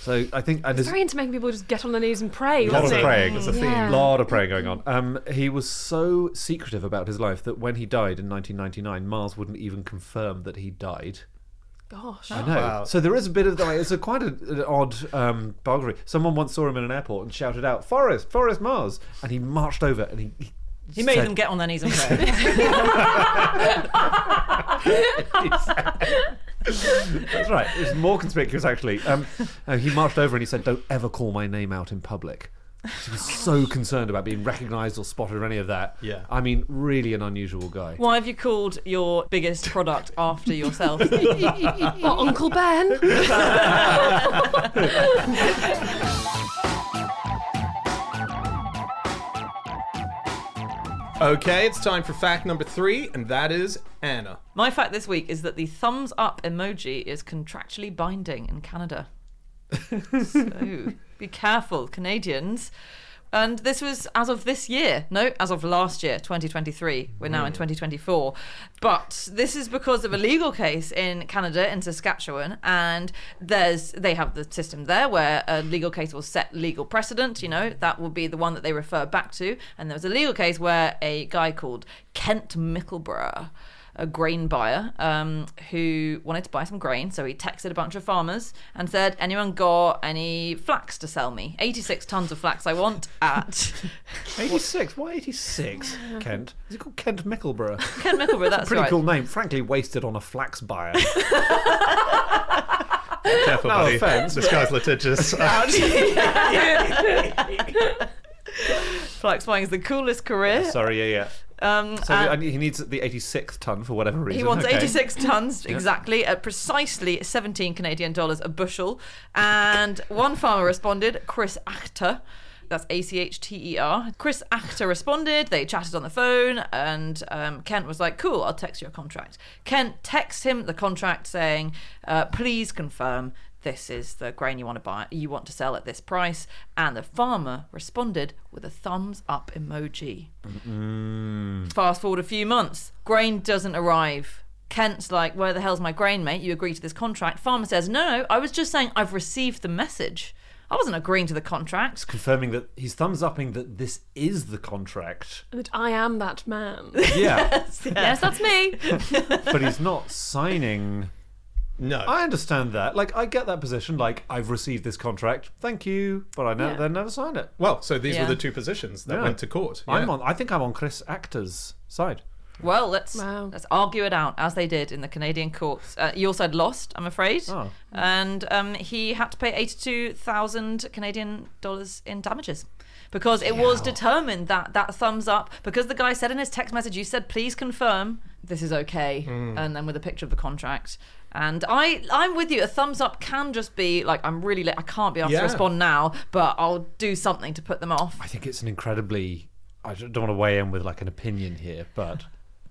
So I think, and his, Very into making people just get on their knees and pray. lot wasn't of it? praying. It's a theme. Yeah. Lot of praying going on. Um, he was so secretive about his life that when he died in 1999, Mars wouldn't even confirm that he died. Gosh. I know. So there is a bit of like it's a quite a, an odd um, biography. Someone once saw him in an airport and shouted out, "Forrest, Forrest Mars!" and he marched over and he. He, He made said- them get on their knees and pray. That's right. It was more conspicuous actually. Um, uh, he marched over and he said, "Don't ever call my name out in public." He was so concerned about being recognised or spotted or any of that. Yeah. I mean, really an unusual guy. Why have you called your biggest product after yourself? What, Uncle Ben? Okay, it's time for fact number three, and that is Anna. My fact this week is that the thumbs up emoji is contractually binding in Canada. so be careful, Canadians. And this was as of this year. No, as of last year, 2023. We're now in 2024. But this is because of a legal case in Canada, in Saskatchewan, and there's they have the system there where a legal case will set legal precedent, you know, that will be the one that they refer back to. And there was a legal case where a guy called Kent Mickleborough a grain buyer um, who wanted to buy some grain. So he texted a bunch of farmers and said, Anyone got any flax to sell me? 86 tons of flax I want at Eighty-six. Why eighty-six? Kent. Is it called Kent Mickleborough? Ken Mickleborough. Oh, That's Pretty right. cool name. Frankly, wasted on a flax buyer. Careful, buddy. offense. This guy's litigious. Flax buying is the coolest career. Sorry. Yeah. Yeah. Um, so I- he needs the eighty-sixth ton for whatever reason. He wants Okay. 86 tons exactly at precisely 17 Canadian dollars a bushel. And one farmer responded, Chris Achter. That's A C H T E R. Chris Achter responded. They chatted on the phone, and um, Kent was like, "Cool, I'll text you a contract." Kent texts him the contract saying, uh, "Please confirm this is the grain you want to buy, you want to sell at this price." And the farmer responded with a thumbs up emoji. Fast forward a few months, grain doesn't arrive. Kent's like, Where the hell's my grain, mate? You agree to this contract. Farmer says, No, no, I was just saying I've received the message. I wasn't agreeing to the contract. confirming that he's thumbs upping that this is the contract, That I am that man. yeah, yes, that's me. but he's not signing. No. I understand that. Like, I get that position. Like, I've received this contract. Thank you, but I ne- Yeah. then never sign it. well, so these Yeah. were the two positions that Yeah. went to court. I'm Yeah. on. I think I'm on Chris Actor's side. Well, let's Wow. let's argue it out as they did in the Canadian courts. Uh, your side lost, I'm afraid, Oh. and um, he had to pay eighty-two thousand Canadian dollars in damages because it was determined that that thumbs up because the guy said in his text message, "You said please confirm this is okay," Mm. and then with a picture of the contract. And I, I'm with you. A thumbs up can just be like, I'm really late. I can't be asked Yeah. to respond now, but I'll do something to put them off. I think it's an incredibly. I don't want to weigh in with like an opinion here, but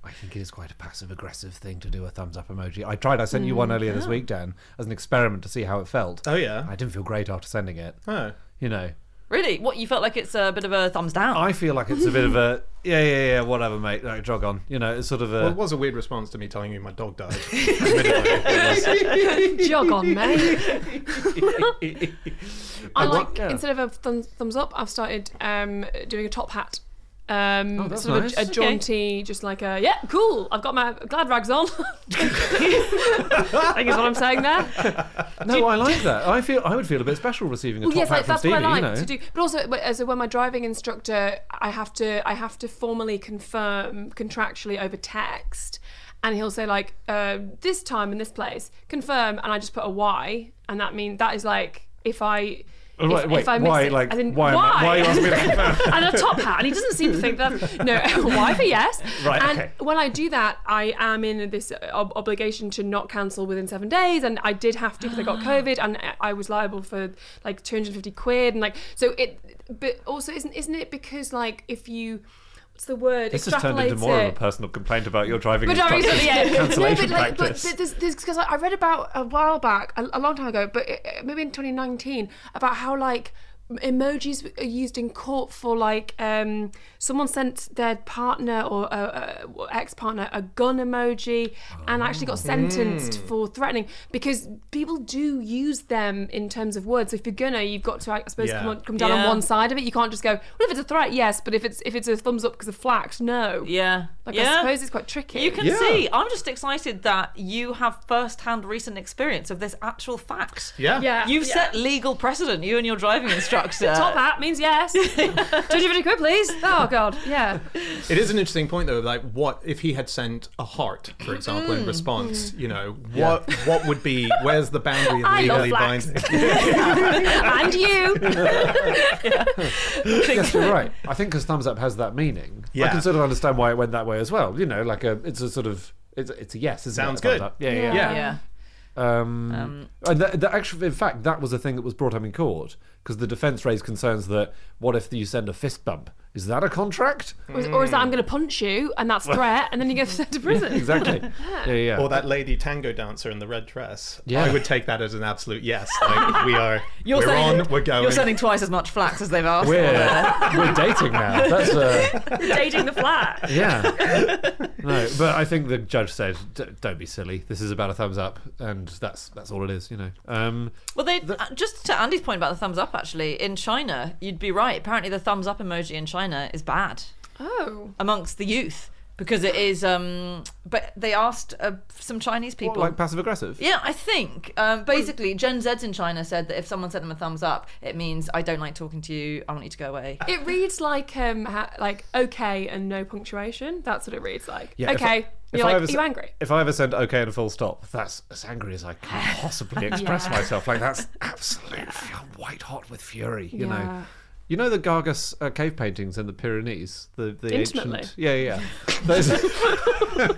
I think it is quite a passive aggressive thing to do a thumbs up emoji. I tried. I sent you one earlier this week, Dan, as an experiment to see how it felt. Oh, yeah. I didn't feel great after sending it. Oh. You know, Really, what you felt like it's a bit of a thumbs down. I feel like it's a bit of a yeah, yeah, yeah, whatever, mate. Like, jog on. You know, it's sort of a. Well, it was a weird response to me telling you my dog died. Jog on, mate. I I like like- yeah. instead of a thum- thumbs up, I've started um, doing a top hat. Um, Oh, that's sort of nice. a, a jaunty, just like a yeah, cool. I've got my glad rags on. I think is what I'm saying there. no, I like that. I feel I would feel a bit special receiving a Well, top yes, hat like, from that's Stevie. what I like you know, to do. But also, but as a, when my driving instructor, I have to I have to formally confirm contractually over text, and he'll say like uh, this time in this place confirm, and I just put a Y, and that mean that is like if I. Oh, if, wait, wait, if I miss why, it, like, as in, why am I- why are you asking me to confirm? and a top hat, and he doesn't seem to think that. No, why for yes? Right, And okay. when I do that, I am in this ob- obligation to not cancel within seven days, and I did have to because I got COVID, and I- I was liable for like 250 quid, and like so it. But also, isn't isn't it because like if you, what's the word? this has turned into Extrapolate more of it. a personal complaint about your driving But I mean, instructor. so, yeah. cancellation no, but like, practice. But there's, there's, because I read about a while back, a, a long time ago, but it, it- maybe in 2019, about how like emojis are used in court for like um someone sent their partner or uh, uh, ex-partner a gun emoji and actually Oh. got sentenced Hmm. for threatening because people do use them in terms of words so if you're gonna you've got to i suppose Yeah. come, on, come down on Yeah. one side of it you can't just go well if it's a threat yes but if it's if it's a thumbs up because of flax no Yeah. like yeah. i suppose it's quite tricky you can see. I'm just excited that you have first-hand recent experience of this actual fact. yeah. Yeah. You've yeah. set legal precedent, you and your driving instructor. Uh, top hat means yes. 250 quid, please. Oh god, yeah. It is an interesting point though, like what if he had sent a heart, for example, in response, you know, what what would be where's the boundary of I love legally flax. binding? and you. yes, you're right. I think because thumbs up has that meaning. I Yeah. can sort of understand why it went that way as well. You know, like a it's a sort of it's, it's a yes. Isn't Sounds it? Thumbs good. up. Yeah, yeah. Yeah. yeah. yeah. Um, and the, the actual, in fact, that was a thing that was brought up in court because the defence raised concerns that what if you send a fist bump? Is that a contract? Or is, or is that I'm going to punch you and that's threat, and then you get sent to prison. exactly. yeah, yeah, yeah. Or that lady tango dancer in the red dress. Yeah. I would take that as an absolute yes. Like we are You're we're sending, on, we're going. You're sending twice as much flax as they've asked for. we're, there. we're dating now. That's uh, Dating the flat. yeah. No, but I think the judge said, D- "Don't be silly. This is about a thumbs up, and that's that's all it is." You know. Um, Well, they uh, just to Andy's point about the thumbs up. Actually, in China, you'd be right. Apparently, the thumbs up emoji in China is bad. Oh, amongst the youth because it is. Um, but they asked uh, some Chinese people. what, like passive aggressive. yeah, I think um, basically Gen Z's in China said that if someone sent them a thumbs up, it means I don't like talking to you. I want you to go away. Uh, it reads like um ha- like okay and no punctuation. That's what it reads like. Yeah, if I- okay, if you're I like, ever are you s- angry? If I ever send okay and a full stop, that's as angry as I can possibly express myself. Like that's absolute. fu- I'm white hot with fury. You Yeah. know. You know the Gargas uh, cave paintings in the Pyrenees, the the Intimately. ancient. Yeah, yeah. yeah. Those,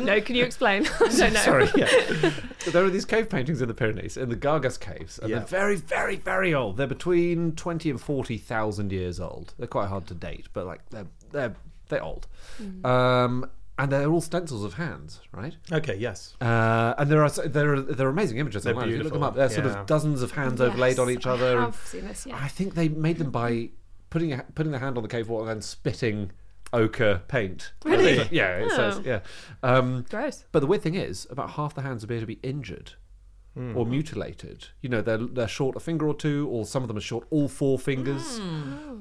No, can you explain? I don't know. Sorry, yeah. But there are these cave paintings in the Pyrenees, in the Gargas caves, and Yeah. they're very, very, very old. They're between twenty and forty thousand years old. They're quite hard to date, but like they're they're they're old, Mm. um, and they're all stencils of hands, right? Okay, yes. Uh, and there are there are there are amazing images They're online. If you look them beautiful, up, they're sort yeah. of dozens of hands overlaid on Yes, each other. I and have seen this. Yeah. I think they made them by putting a, putting the hand on the cave wall and then spitting ochre paint. Really? Yeah, it says Oh. yeah. Um, Gross. but the weird thing is, about half the hands appear to be injured. or mutilated. You know, they're they're short a finger or two, or some of them are short all four fingers.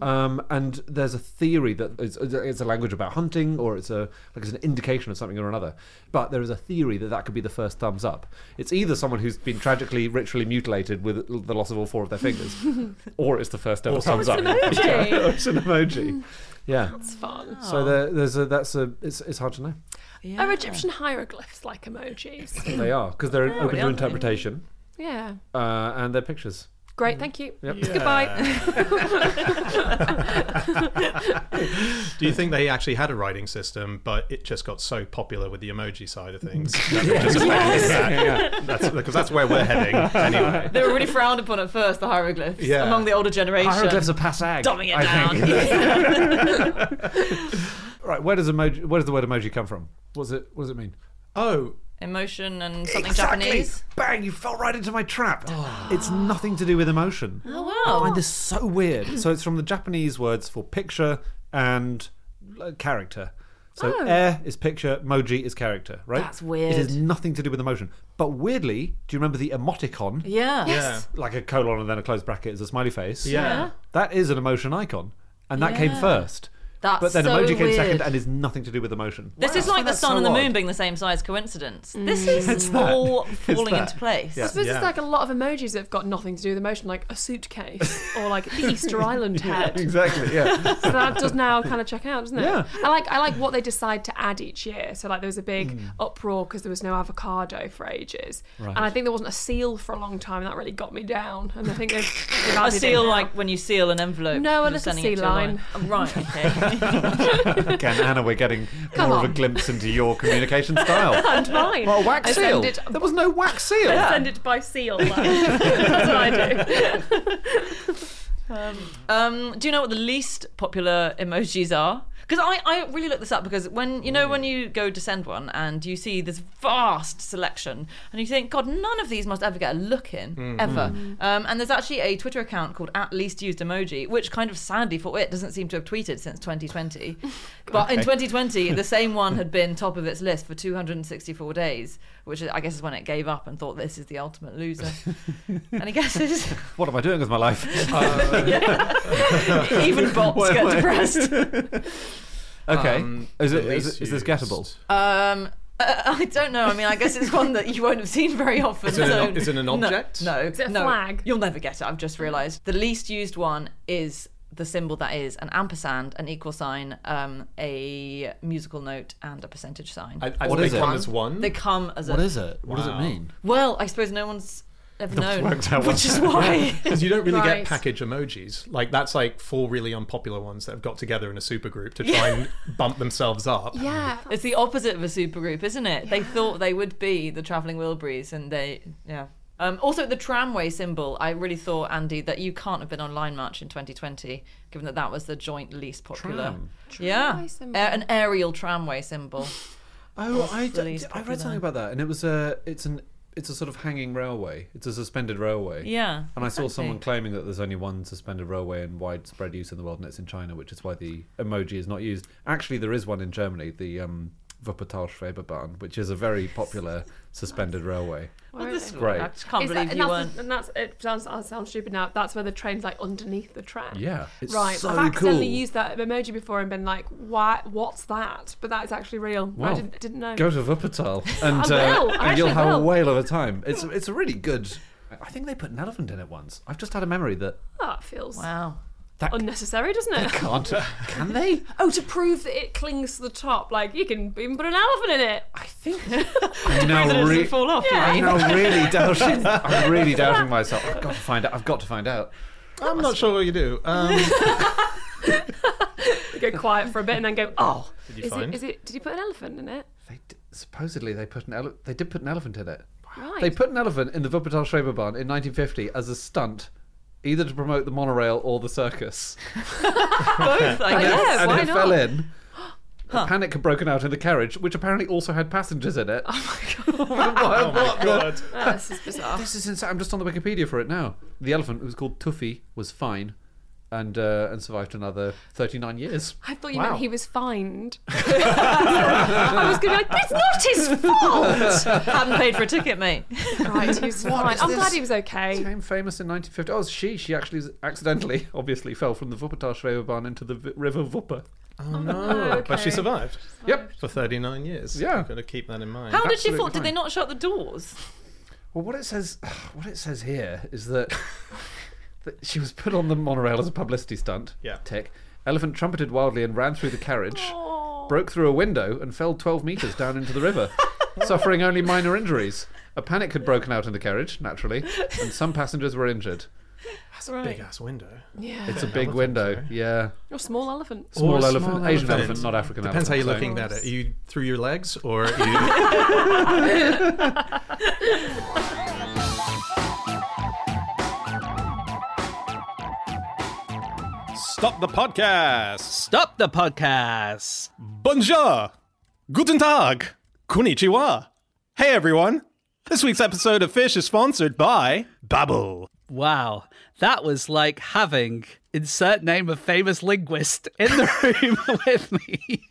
Um, and there's a theory that it's, it's a language about hunting, or it's a like it's an indication of something or another. But there is a theory that that could be the first thumbs up. It's either someone who's been tragically, ritually mutilated with the loss of all four of their fingers, or it's the first ever thumbs up. emoji. Or it's an emoji. Yeah. It's fun. So there, there's a that's a it's, it's hard to know. Yeah. Are Egyptian hieroglyphs like emojis? They are because they're open to aren't they? interpretation yeah. uh, and they're pictures. Great, thank you. Yep. Goodbye. Do you think they actually had a writing system, but it just got so popular with the emoji side of things? that they just abandoned that? That's because that's where we're heading anyway. They were really frowned upon at first, the hieroglyphs, Yeah. among the older generation. Hieroglyphs are passag. Dumbing it I down. think. Right, where does emoji? Where does the word emoji come from? What's it? What does it mean? Oh, Emotion and something Exactly. Japanese. Bang! You fell right into my trap. It's nothing to do with emotion. Oh, I wow. find this so weird. So it's from the Japanese words for picture and uh, character. So air is picture, emoji is character, right? Oh. That's weird. It has nothing to do with emotion. But weirdly, do you remember the emoticon? Yeah. Yes. Like a colon and then a closed bracket is a smiley face. yeah. That is an emotion icon. And that came Yeah. first. That's but then so emoji came weird. second and is nothing to do with emotion. This is Wow. Oh, like the That's sun so and the moon odd. Mm. being the same size coincidence. This is all falling that. into place. I suppose Yeah. it's like a lot of emojis that have got nothing to do with emotion, like a suitcase or like the Easter Island head. Exactly, yeah. So that does now kind of check out, doesn't it? Yeah. I like I like what they decide to add each year. So like there was a big Hmm. uproar because there was no avocado for ages, and I think there wasn't a seal for a long time. And that really got me down. And I think they've, they've I added it seal now. like when you seal an envelope. No, a you're little just sending it sea to a Oh, right. Okay. Again, Anna, we're getting Come more on. of a glimpse into your communication style. and mine. Well, wax I seal. Send it, There was no wax seal. I send it by seal. like. That's what I do. um, do you know what the least popular emojis are? Because I, I really looked this up because when you know when you go to send one and you see this vast selection and you think God none of these must ever get a look in ever um, and there's actually a Twitter account called at least used emoji which kind of sadly for it doesn't seem to have tweeted since 2020 but in 2020 the same one had been top of its list for 264 days which I guess is when it gave up and thought this is the ultimate loser and I guess it's What am I doing with my life? Even bots Wait, get wait. depressed. Okay. Um, is, it, the is, least it, is this used. gettable? Um, uh, I don't know. I mean, I guess it's one that you won't have seen very often. it an so- ob- is it an No, object? No. it a no. flag? You'll never get it. I've just realised the least used one is the symbol that is an ampersand, an equal sign, um, a musical note, and a percentage sign. I, I What they is it? come as one. they come as a. it? What does it mean? Well, I suppose no one's ever known, worked out which is why. Because you don't really Right. get package emojis. Like that's like four really unpopular ones that have got together in a supergroup to try and bump themselves up. Yeah. It's the opposite of a supergroup, isn't it? They thought they would be the traveling Wilburys, and they, yeah. Um, also, the tramway symbol. I really thought, Andy, that you can't have been on Line March in 2020, given that that was the joint least popular. Tram. yeah, Tramway symbol. A- an aerial tramway symbol. Oh, I, d- the least d- I popular. read something about that, and it was a it's an it's a sort of hanging railway. It's a suspended railway. Yeah, And I saw exactly. someone claiming that there's only one suspended railway in widespread use in the world, and it's in China, which is why the emoji is not used. Actually, there is one in Germany, the um, Wuppertal-Schwebebahn, which is a very popular suspended railway. Where are they? Great. I just can't Is that- believe and you that's- weren't. And that's it. Sounds I sound stupid now. That's where the train's like underneath the track. Yeah, it's right. so I've accidentally cool. used that emoji before and been like, "Why? What's that?" But that is actually real. I Wow. didn't, didn't know. Go to Wuppertal, and, I uh, will. I and you'll actually have a will. whale of a time. It's it's a really good. I think they put an elephant in it once. I've just had a memory that that Ah, feels Wow. unnecessary, doesn't it? can't. Can they? Oh, to prove that it clings to the top, like you can even put an elephant in it. I think. I'm now, Doesn't re- it fall off. Yeah. I'm now really doubting. I'm really doubting myself. I've got to find out. I've got to find out. I'm not sure what you do. Um, You go quiet for a bit and then go, "Oh, did you is find? it? Is it? Did you put an elephant in it?" They d- supposedly they put an ele- they did put an elephant in it. Right. They put an elephant in the Wuppertal Schreberbahn in 1950 as a stunt, either to promote the monorail or the circus. Both, I guess. yeah, and why it not? fell in. A panic had broken out in the carriage, which apparently also had passengers in it. oh my god. Ah, this is bizarre. This is insane. I'm just on the Wikipedia for it now. The elephant, who was called Tuffy, was fine. and uh, and survived another 39 years. I thought you Wow. meant he was fined. I was going to be like, that's not his fault. Hadn't paid for a ticket, mate. right, he was fine. is I'm this? glad he was okay. Became famous in 1950. Oh, she she actually accidentally, obviously, fell from the Wuppertal-Schreberbahn into the v- river Wupper. Oh, no. But okay. she survived Yep. for 39 years. Yeah. You've got to keep that in mind. How did she Absolutely fall? Did they fine. not shut the doors? Well, what it says, what it says here is that, that she was put on the monorail as a publicity stunt. Yeah. Tick. Elephant trumpeted wildly and ran through the carriage, broke through a window, and fell 12 meters down into the river, suffering only minor injuries. A panic had broken out in the carriage, naturally, and some passengers were injured. That's a big ass window. Yeah. It's a big window, yeah. You're a small elephant. Small Or a elephant, small Asian elephant, not African Depends how elephant. you're so- looking at it. Are you through your legs or are you. Stop the podcast! Stop the podcast. Bonjour! Guten Tag! Konnichiwa! Hey everyone! This week's episode of Fish is sponsored by Babbel. Wow, that was like having insert name of famous linguist in the room with me.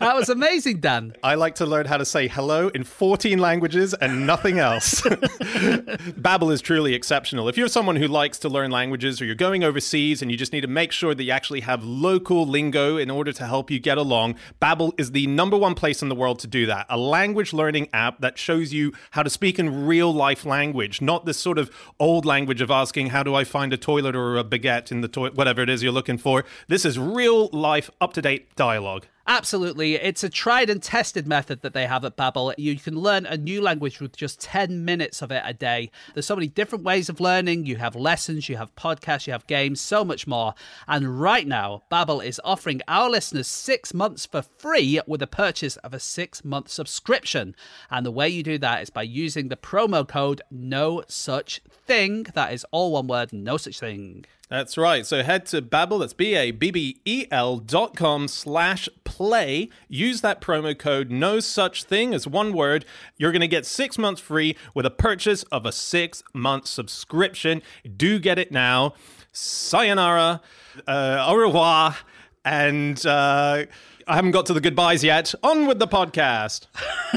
that was amazing, Dan. I like to learn how to say hello in 14 languages and nothing else. Babbel is truly exceptional. If you're someone who likes to learn languages or you're going overseas and you just need to make sure that you actually have local lingo in order to help you get along, Babbel is the number one place in the world to do that. A language learning app that shows you how to speak in real life language, not this sort of old language of asking how do I find a toilet or a baguette in the toilet, whatever it is you're looking for. This is real life up to date dialogue. Absolutely. It's a tried and tested method that they have at Babbel. You can learn a new language with just 10 minutes of it a day. There's so many different ways of learning. You have lessons, you have podcasts, you have games, so much more. And right now, Babbel is offering our listeners 6 months for free with a purchase of a 6-month subscription. And the way you do that is by using the promo code no such thing. That is all one word, no such thing. That's right. So head to Babbel, that's B-A-B-B-E-L E dot com slash play. Use that promo code no such thing as one word. You're going to get six months free with a purchase of a six month subscription. Do get it now. Sayonara, uh, au revoir, and uh, I haven't got to the goodbyes yet. On with the podcast.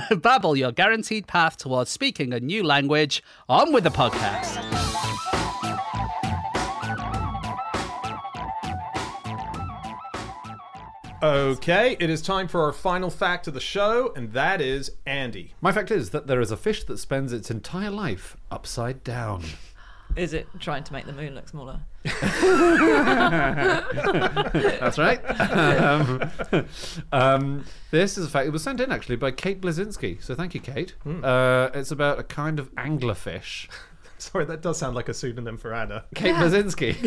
Babbel, your guaranteed path towards speaking a new language. On with the podcast. Okay, it is time for our final fact of the show, and that is Andy. My fact is that there is a fish that spends its entire life upside down. Is it trying to make the moon look smaller? That's right. um, um, this is a fact. It was sent in actually by Kate Blazinski. So thank you, Kate. Uh, it's about a kind of anglerfish. Sorry, that does sound like a pseudonym for Anna. Kate Blazinski.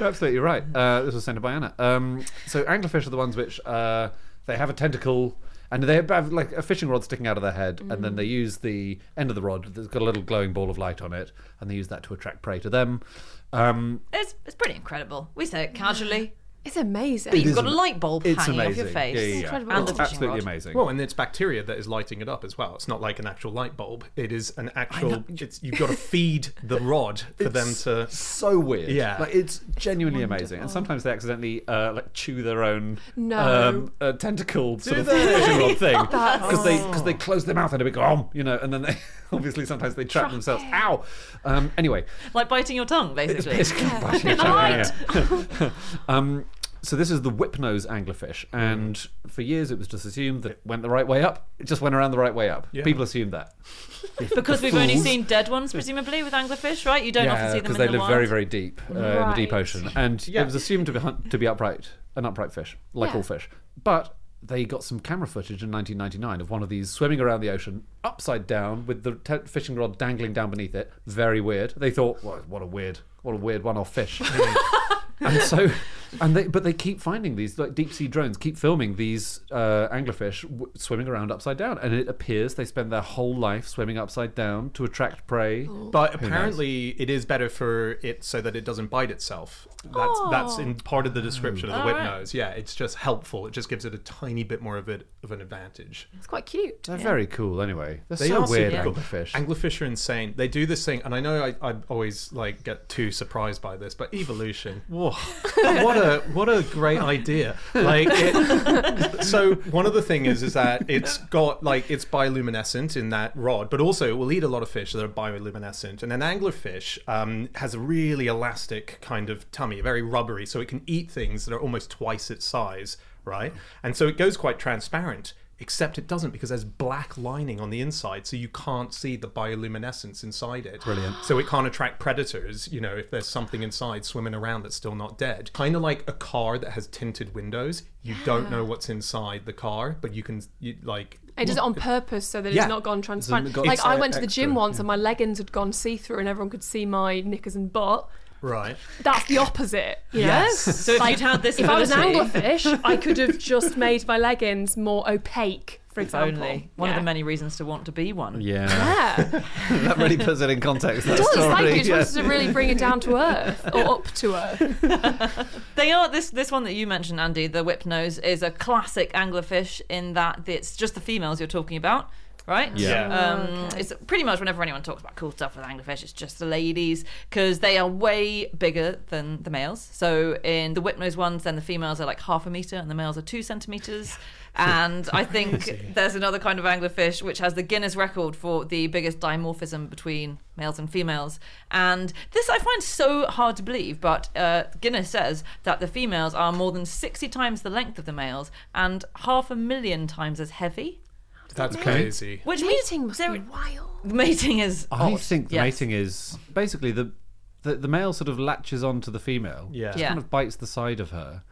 Absolutely right. Uh, this was sent in by Anna. Um, so anglerfish are the ones which uh, they have a tentacle. And they have like a fishing rod sticking out of their head, and then they use the end of the rod that's got a little glowing ball of light on it, and they use that to attract prey to them. Um, It's, it's pretty incredible. We say it casually. It's amazing. But you've got a light bulb it's hanging off amazing. your face. Yeah, yeah, yeah. Incredible. And It's a fishing absolutely rod. amazing. Well, and it's bacteria that is lighting it up as well. It's not like an actual light bulb. It is an actual. It's, you've got to feed the rod for them to. so weird. Yeah. like it's genuinely amazing. And sometimes they accidentally uh, like chew their own No. um, uh, tentacle sort of they? fishing rod thing That's- because they because they close their mouth and a big om, you know, and then they obviously sometimes they trap themselves. Ow! Um, anyway, Like biting your tongue, basically. Uh, Biting each other, yeah. um, so this is the whipnose anglerfish, and for years it was just assumed that it went the right way up. It just went around the right way up. Yeah. People assumed that. because we've only seen dead ones, presumably, with anglerfish, right? You don't often see them because in they the live wild. very, very deep uh, in the deep Right. ocean, and it was assumed to be hun- to be upright, an upright fish, like Yeah. all fish. But they got some camera footage in 1999 of one of these swimming around the ocean, upside down, with the te- fishing rod dangling down beneath it. Very weird. They thought, "Wha- what a weird, what a weird one-off fish. and so and they but they keep finding these like deep sea drones keep filming these uh, anglerfish w- swimming around upside down and it appears they spend their whole life swimming upside down to attract prey But apparently, it is better for it so that it doesn't bite itself. That's that's in part of the description of the whip nose. Yeah, it's just helpful. It just gives it a tiny bit more of it of an advantage. It's quite cute. they're very cool anyway they're They so are weird super cool. anglerfish Anglerfish are insane. They do this thing, and I know I, I always like get too surprised by this, but evolution. Whoa, what a what a great idea! Like, it, so one of the thing is is that it's got like it's bioluminescent in that rod, but also it will eat a lot of fish that are bioluminescent. And an anglerfish um, has a really elastic kind of tummy, very rubbery, so it can eat things that are almost twice its size, right? And so it goes quite transparent except it doesn't because there's black lining on the inside so you can't see the bioluminescence inside it brilliant so it can't attract predators you know if there's something inside swimming around that's still not dead kind of like a car that has tinted windows you don't know what's inside the car but you can you, like It does it on purpose so that Yeah. it's not gone transparent. got like It's I a- went to the gym extra, once and my leggings had gone see through and everyone could see my knickers and butt. right That's the opposite. You Yes. Know? So if you'd had this if I was an ability- anglerfish, I could have just made my leggings more opaque, for If example. only one of Yeah. the many reasons to want to be one. yeah Yeah, it that really puts it in context that does. Thank you. story It yeah. wants to really bring it down to earth or up to earth. They are this this one that you mentioned, Andy. The whip nose is a classic anglerfish in that it's just the females you're talking about, right? Yeah. Yeah. Oh, Um, It's pretty much whenever anyone talks about cool stuff with anglerfish, it's just the ladies because they are way bigger than the males. So in the whip nose ones, then the females are like half a meter and the males are two centimeters. And I think there's another kind of anglerfish which has the Guinness record for the biggest dimorphism between males and females. And this I find so hard to believe, but uh, Guinness says that the females are more than 60 times the length of the males and half a million times as heavy. that's crazy Which Mating means must be there- wild. Oh, mating is. I odd, think the yes. mating is basically the, the the male sort of latches onto the female, Yeah. just Yeah. kind of bites the side of her,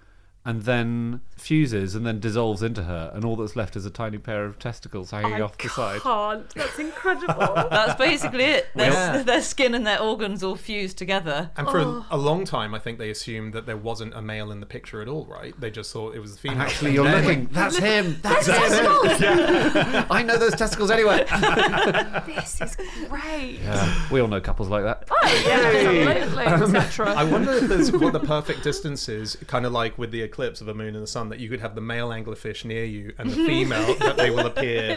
and then fuses and then dissolves into her, and all that's left is a tiny pair of testicles Oh hanging off the side. Can't. That's incredible. That's basically it. Their, Yeah. their skin and their organs all fused together. and for a, a long time i think they assumed that there wasn't a male in the picture at all right they just thought it was the female Actually, you're And then- looking. That's him. That's him. I know those testicles anyway. This is great. Yeah, we all know couples like that. Absolutely, etc. I wonder if there's what the perfect distance is, kind of like with the eclipse of a moon and the sun, that you could have the male anglerfish near you and the female, but they will appear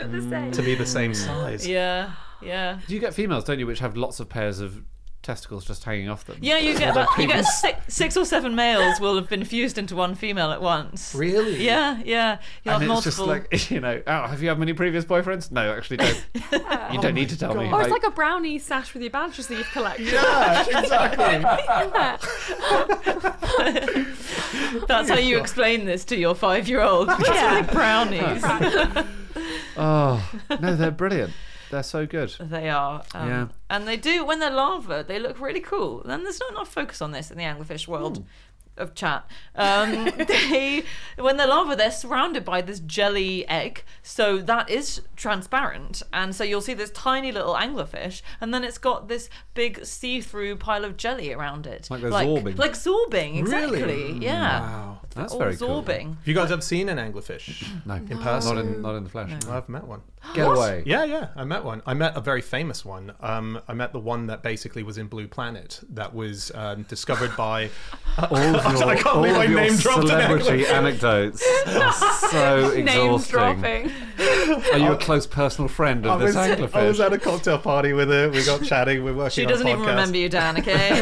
to be the same size. Yeah, yeah. Do you get females, don't you, which have lots of pairs of testicles just hanging off them? Yeah, you get about, you get six, six or seven males will have been fused into one female at once. Really? Yeah, yeah. You'll And have it's just multiple. like you know. Oh, have you had many previous boyfriends? No, actually, don't. You don't need to tell me. Or I- it's like a brownie sash with your badges that you've collected. Yeah, exactly. Yeah. oh That's how you explain this to your five-year-old. yeah. brownies. Oh no, they're brilliant. They're so good. They are. Um, Yeah. And they do, when they're larvae, they look really cool. And there's not enough focus on this in the Hmm. anglerfish world of chat. Um, they, when they're larvae, they're surrounded by this jelly egg. So that is transparent. And so you'll see this tiny little anglerfish, and then it's got this big see through pile of jelly around it. Like they're zorbing. Like zorbing, exactly. Yeah. Wow. That's All very cool. zorbing. Have you guys ever seen an anglerfish? No, in person? not in not in the flesh. I've met one. Get away. Yeah, yeah, I met one. I met a very famous one. Um, I met the one that basically was in Blue Planet that was um, discovered by. All of your, I can't believe all I of your name dropped an celebrity anecdote. anecdotes are so Name exhausting. dropping. Are you a close personal friend of this anglerfish? I was at a cocktail party with her. We got chatting. We're working. She on doesn't even podcasts. remember you, Dan, okay?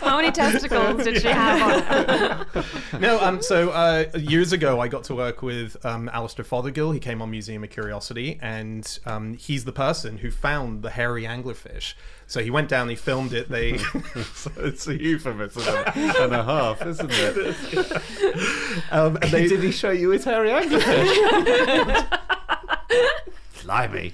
How many testicles did she have on? No, um, so uh, years ago, I got to work with um, Alistair Fothergill. He came on Museum of Curiosity, and um, he's the person who found the hairy anglerfish. So he went down, he filmed it. They, so it's a euphemism. and a half, isn't it? Um, and they, Did he show you his hairy anglerfish? Blimey.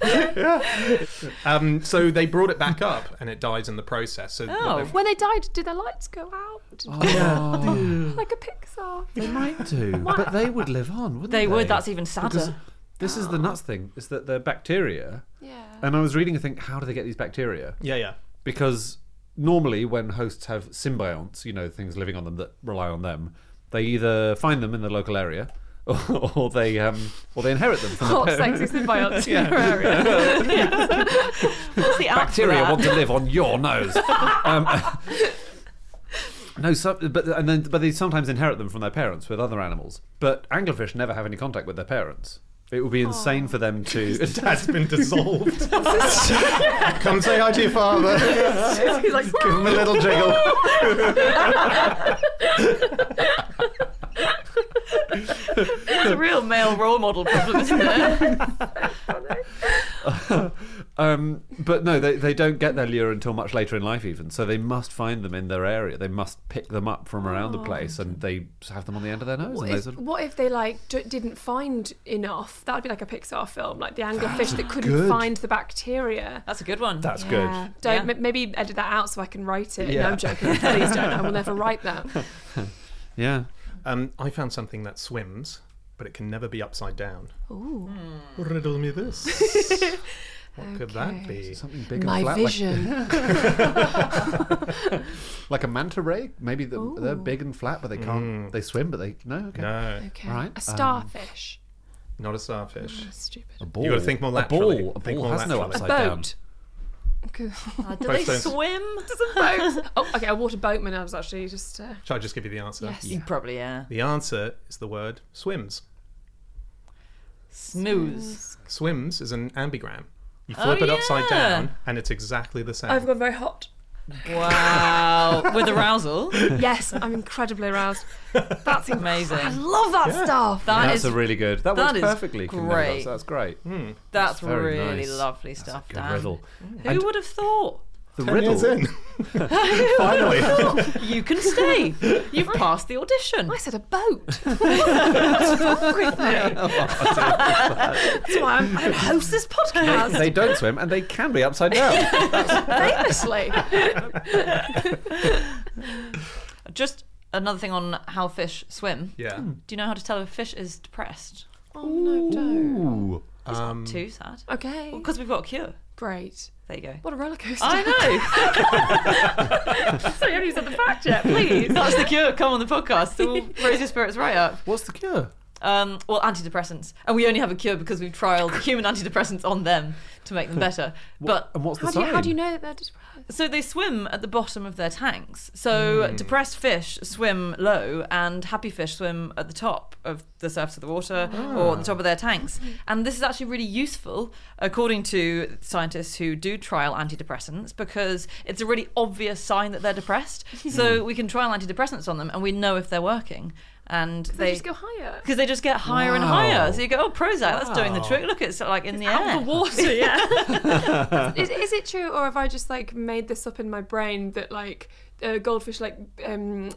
um, so they brought it back up, and it dies in the process. So what Oh. they've- When they died, did their lights go out? Oh, Like a Pixar. they might do, but they would live on, wouldn't they? they would, that's even Because sadder. this is the nuts thing: is that they're bacteria, Yeah. and I was reading. I think, how do they get these bacteria? yeah, yeah. because normally when hosts have symbionts, you know, things living on them that rely on them, they either find them in the local area or, or they um, or they inherit them from Oh, Hot, the parent. sexy symbiotes in your area. What's the out for bacteria that? want to live on your nose. um, no, some, but and then but they sometimes inherit them from their parents with other animals. But anglerfish never have any contact with their parents. It would be insane for them to. That's been dissolved. Come say hi to your father. He's like, Give him a little jiggle. it's a real male role model problem, isn't it? Um, but no, they, they don't get their lure until much later in life, even. So they must find them in their area. They must pick them up from around the place, and they have them on the end of their nose. What and they Oh, if, sort of- what if they like d- didn't find enough? That'd be like a Pixar film, like the anglerfish that couldn't good. find the bacteria. That's a good one. That's Yeah. Don't Yeah. m- maybe edit that out so I can write it. Yeah. No, I'm joking. Please don't. I will never write that. good. Yeah. Um, I found something that swims, but it can never be upside down. Ooh, Hmm. Riddle me this. what could that Okay. be? Something big and my flat, vision. Like, like a manta ray. Maybe the, they're big and flat, but they can't. They swim, but they no. Okay. No, Okay, Right, um, a starfish. not a starfish. That's stupid. A ball. You gotta think more a laterally. ball. A Think ball more has no laterally. upside down. Boat. Uh, do Both they things. swim? Boat. Oh, okay. A water boatman. I was actually just. Uh, Shall I just give you the answer? yes. Probably, yeah. The answer is the word swims. Snooze. Swims is an ambigram. You Oh, flip it upside yeah. down, and it's exactly the same. I've gone very hot. Wow. With arousal. Yes, I'm incredibly aroused. That's incredible. I Amazing. love that stuff. That That's is a really good. That, that works is perfectly. from great. Nando's. That's great. Hmm. that's very really nice. lovely stuff, Good Dan. riddle. Who would have thought? The Ten years riddle. in. Finally. You can stay. You've passed the audition. I said a boat. What's wrong with me? That's why I'm, I don't host this podcast. They don't swim, and they can be upside down. Famously. Just another thing on how fish swim. yeah. Do you know how to tell if a fish is depressed? Oh no, don't. Ooh. Um, Too sad. Okay, Because we've got a cure. great. There you go. What a roller coaster. I know. Sorry, I haven't even said the fact yet. Please. That's the cure. Come on the podcast. It will raise your spirits right up. What's the cure? Um, well, antidepressants. And we only have a cure because we've trialled human antidepressants on them to make them better. But And what's How the do, you, sign? how do you know that they're depressed? so they swim at the bottom of their tanks. So depressed fish swim low, and happy fish swim at the top of the surface of the water or at the top of their tanks. And this is actually really useful, according to scientists who do trial antidepressants, because it's a really obvious sign that they're depressed. so we can trial antidepressants on them, and we know if they're working. And They, just go higher. because they just get higher and higher. So you go, oh, Prozac, that's doing the trick. Look, it's like in the air. water, yeah. is, is it true, or have I just like made this up in my brain that like uh, goldfish like um,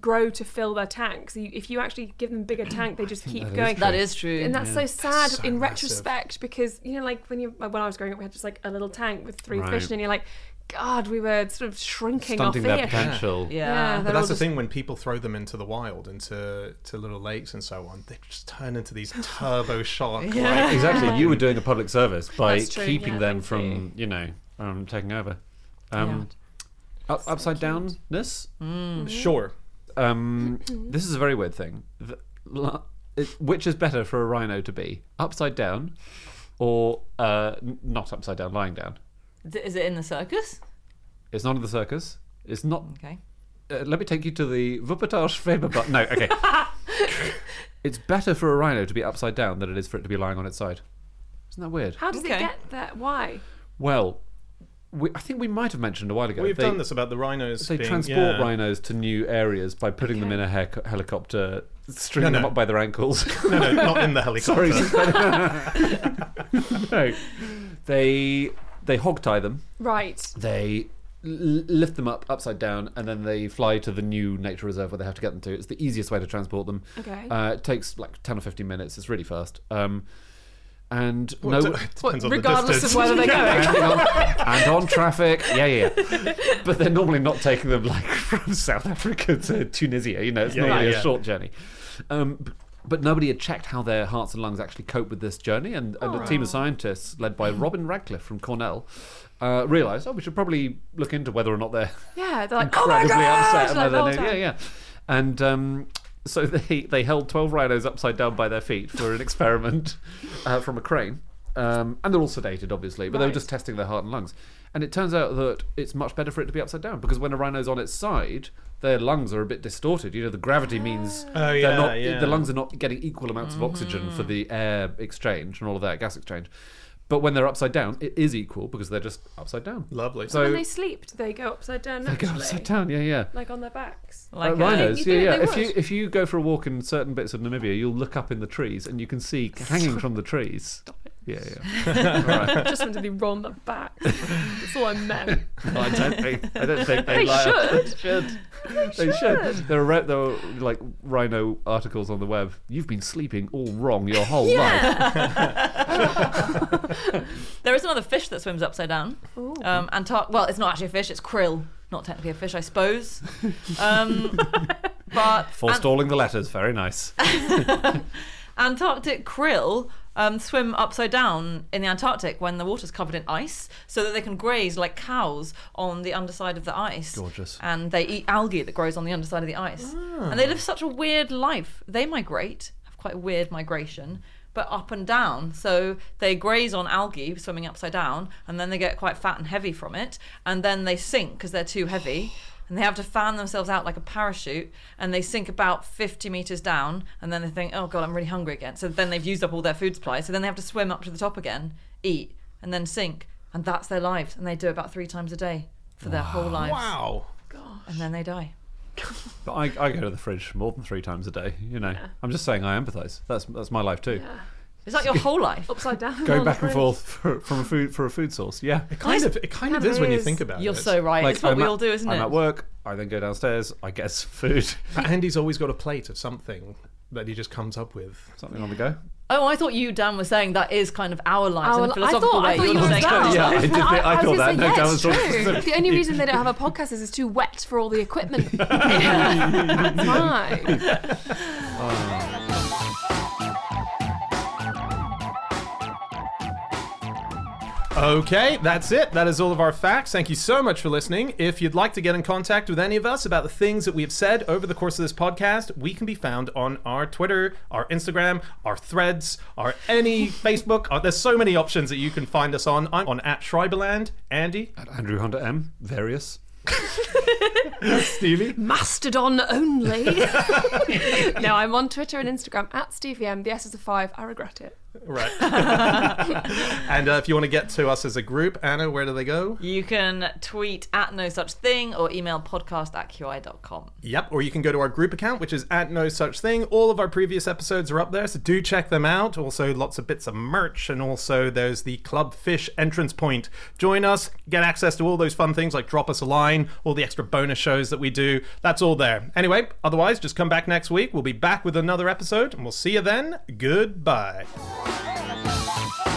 grow to fill their tanks? You, if you actually give them a bigger tank, they just keep going. That is true. and that's so sad so in massive. retrospect because you know, like when you when I was growing up, we had just like a little tank with three Right. fish, and you're like, God, we were sort of shrinking Stunting our their fish. potential. yeah. they're But all that's the just- thing when people throw them into the wild, into to little lakes and so on, they just turn into these turbo shark. Yeah. Exactly. You were doing a public service by That's true, keeping yeah, them thank from, you know, um, taking over. Um, up- upside downness. Sure. Um, this is a very weird thing. The- la- it- which is better for a rhino to be upside down, or uh, n- not upside down, lying down? Th- Is it in the circus? It's not in the circus. It's not Okay. uh, let me take you to the Wuppertage Faber. No, okay. it's better for a rhino to be upside down than it is for it to be lying on its side. Isn't that weird? How does Okay. it get there? Why? Well, we, I think we might have mentioned a while ago. We've they, done this about the rhinos. They being, transport yeah. rhinos to new areas by putting them in a hec- helicopter, stringing No, no. them up by their ankles. No, no, not in the helicopter. Sorry. no. They they hog tie them. Right. They l- lift them up upside down and then they fly to the new nature reserve where they have to get them to. It's the easiest way to transport them. Okay. Uh, it takes like 10 or 15 minutes. It's really fast. Um, and Well, no. it depends on the regardless distance. of whether they're going. and, on, and on traffic. Yeah, yeah. yeah. But they're normally not taking them like from South Africa to Tunisia. You know, it's Yeah, normally yeah, a yeah. short journey. Um, b- But nobody had checked how their hearts and lungs actually cope with this journey, and, and Oh, a team of scientists led by Robin Radcliffe from Cornell uh, realised, oh, we should probably look into whether or not they're Yeah, they're like, incredibly oh my gosh! upset and they're like the whole no- time. yeah, yeah. And um, so they they held twelve rhinos upside down by their feet for an experiment uh, from a crane, um, and they're all sedated, obviously, but they were just testing their heart and lungs. And it turns out that it's much better for it to be upside down because when a rhino's on its side, their lungs are a bit distorted. You know, the gravity Ah. means Oh, they're yeah, not, yeah. the lungs are not getting equal amounts of oxygen Mm. for the air exchange and all of that gas exchange. But when they're upside down, it is equal because they're just upside down. Lovely. So When they sleep, do they go upside down they go naturally? upside down. Yeah, yeah. Like on their backs? Oh, Like Uh, a- rhinos, You think yeah, yeah. they If you would? if you go for a walk in certain bits of Namibia, you'll look up in the trees and you can see hanging from the trees. Yeah, yeah. I just wanted to be rolled on the back. That's all I meant. I don't think I don't think They like- should. should. They should. There are re- there are like rhino articles on the web. You've been sleeping all wrong your whole life. There is another fish that swims upside down. Um, Antar- well, it's not actually a fish; it's krill. Not technically a fish, I suppose. Um, but An- Forestalling the letters, very nice. Antarctic krill um, swim upside down in the Antarctic when the water's covered in ice, so that they can graze like cows on the underside of the ice. Gorgeous. And they eat algae that grows on the underside of the ice. And they live such a weird life. They migrate, have quite a weird migration, but up and down. So they graze on algae swimming upside down, and then they get quite fat and heavy from it, and then they sink because they're too heavy. And they have to fan themselves out like a parachute, and they sink about 50 meters down, and then they think, oh god, I'm really hungry again. So then they've used up all their food supply, so then they have to swim up to the top again, eat, and then sink. And that's their lives, and they do it about three times a day for their whole lives. wow. And then they die. But I, I go to the fridge more than three times a day. You know, I'm just saying I empathise. That's that's my life too. Is that your whole life? Upside down. Going back and forth for, from a food for a food source. Yeah. It kind of it kind of is when you think about You're it. so right. it's what I'm we at- all do, isn't I'm it? at work. I then go downstairs. I get some food, But Andy's always got a plate of something that he just comes up with. something on the go. Oh, I thought you, Dan, were saying that is kind of our lives in Our- a Oh, I philosophical thought- I way. thought you You're were saying- down. Yeah, I did think- I was thought gonna that. No, yeah, that it's was all specific. true. The only reason they don't have a podcast is it's too wet for all the equipment. That's why. Okay, that's it. That is all of our facts. Thank you so much for listening. If you'd like to get in contact with any of us about the things that we have said over the course of this podcast, we can be found on our Twitter, our Instagram, our threads, our any Facebook. Uh, There's so many options that you can find us on. I'm on at Schreiberland. Andy, Andrew Hunter M. Various. Stevie. Mastodon only. no, I'm on Twitter and Instagram at StevieM. The S is a five. I regret it. Right. and uh, if you want to get to us as a group, Anna, where do they go? You can tweet at no such thing or email podcast at qi.com. Yep, or you can go to our group account, which is at no such thing. All of our previous episodes are up there, so do check them out. Also, lots of bits of merch, and also there's the Club Fish entrance point. Join us, get access to all those fun things like drop us a line, all the extra bonus shows that we do. That's all there. Anyway, otherwise, just come back next week. We'll be back with another episode, and we'll see you then. Goodbye. Thank you.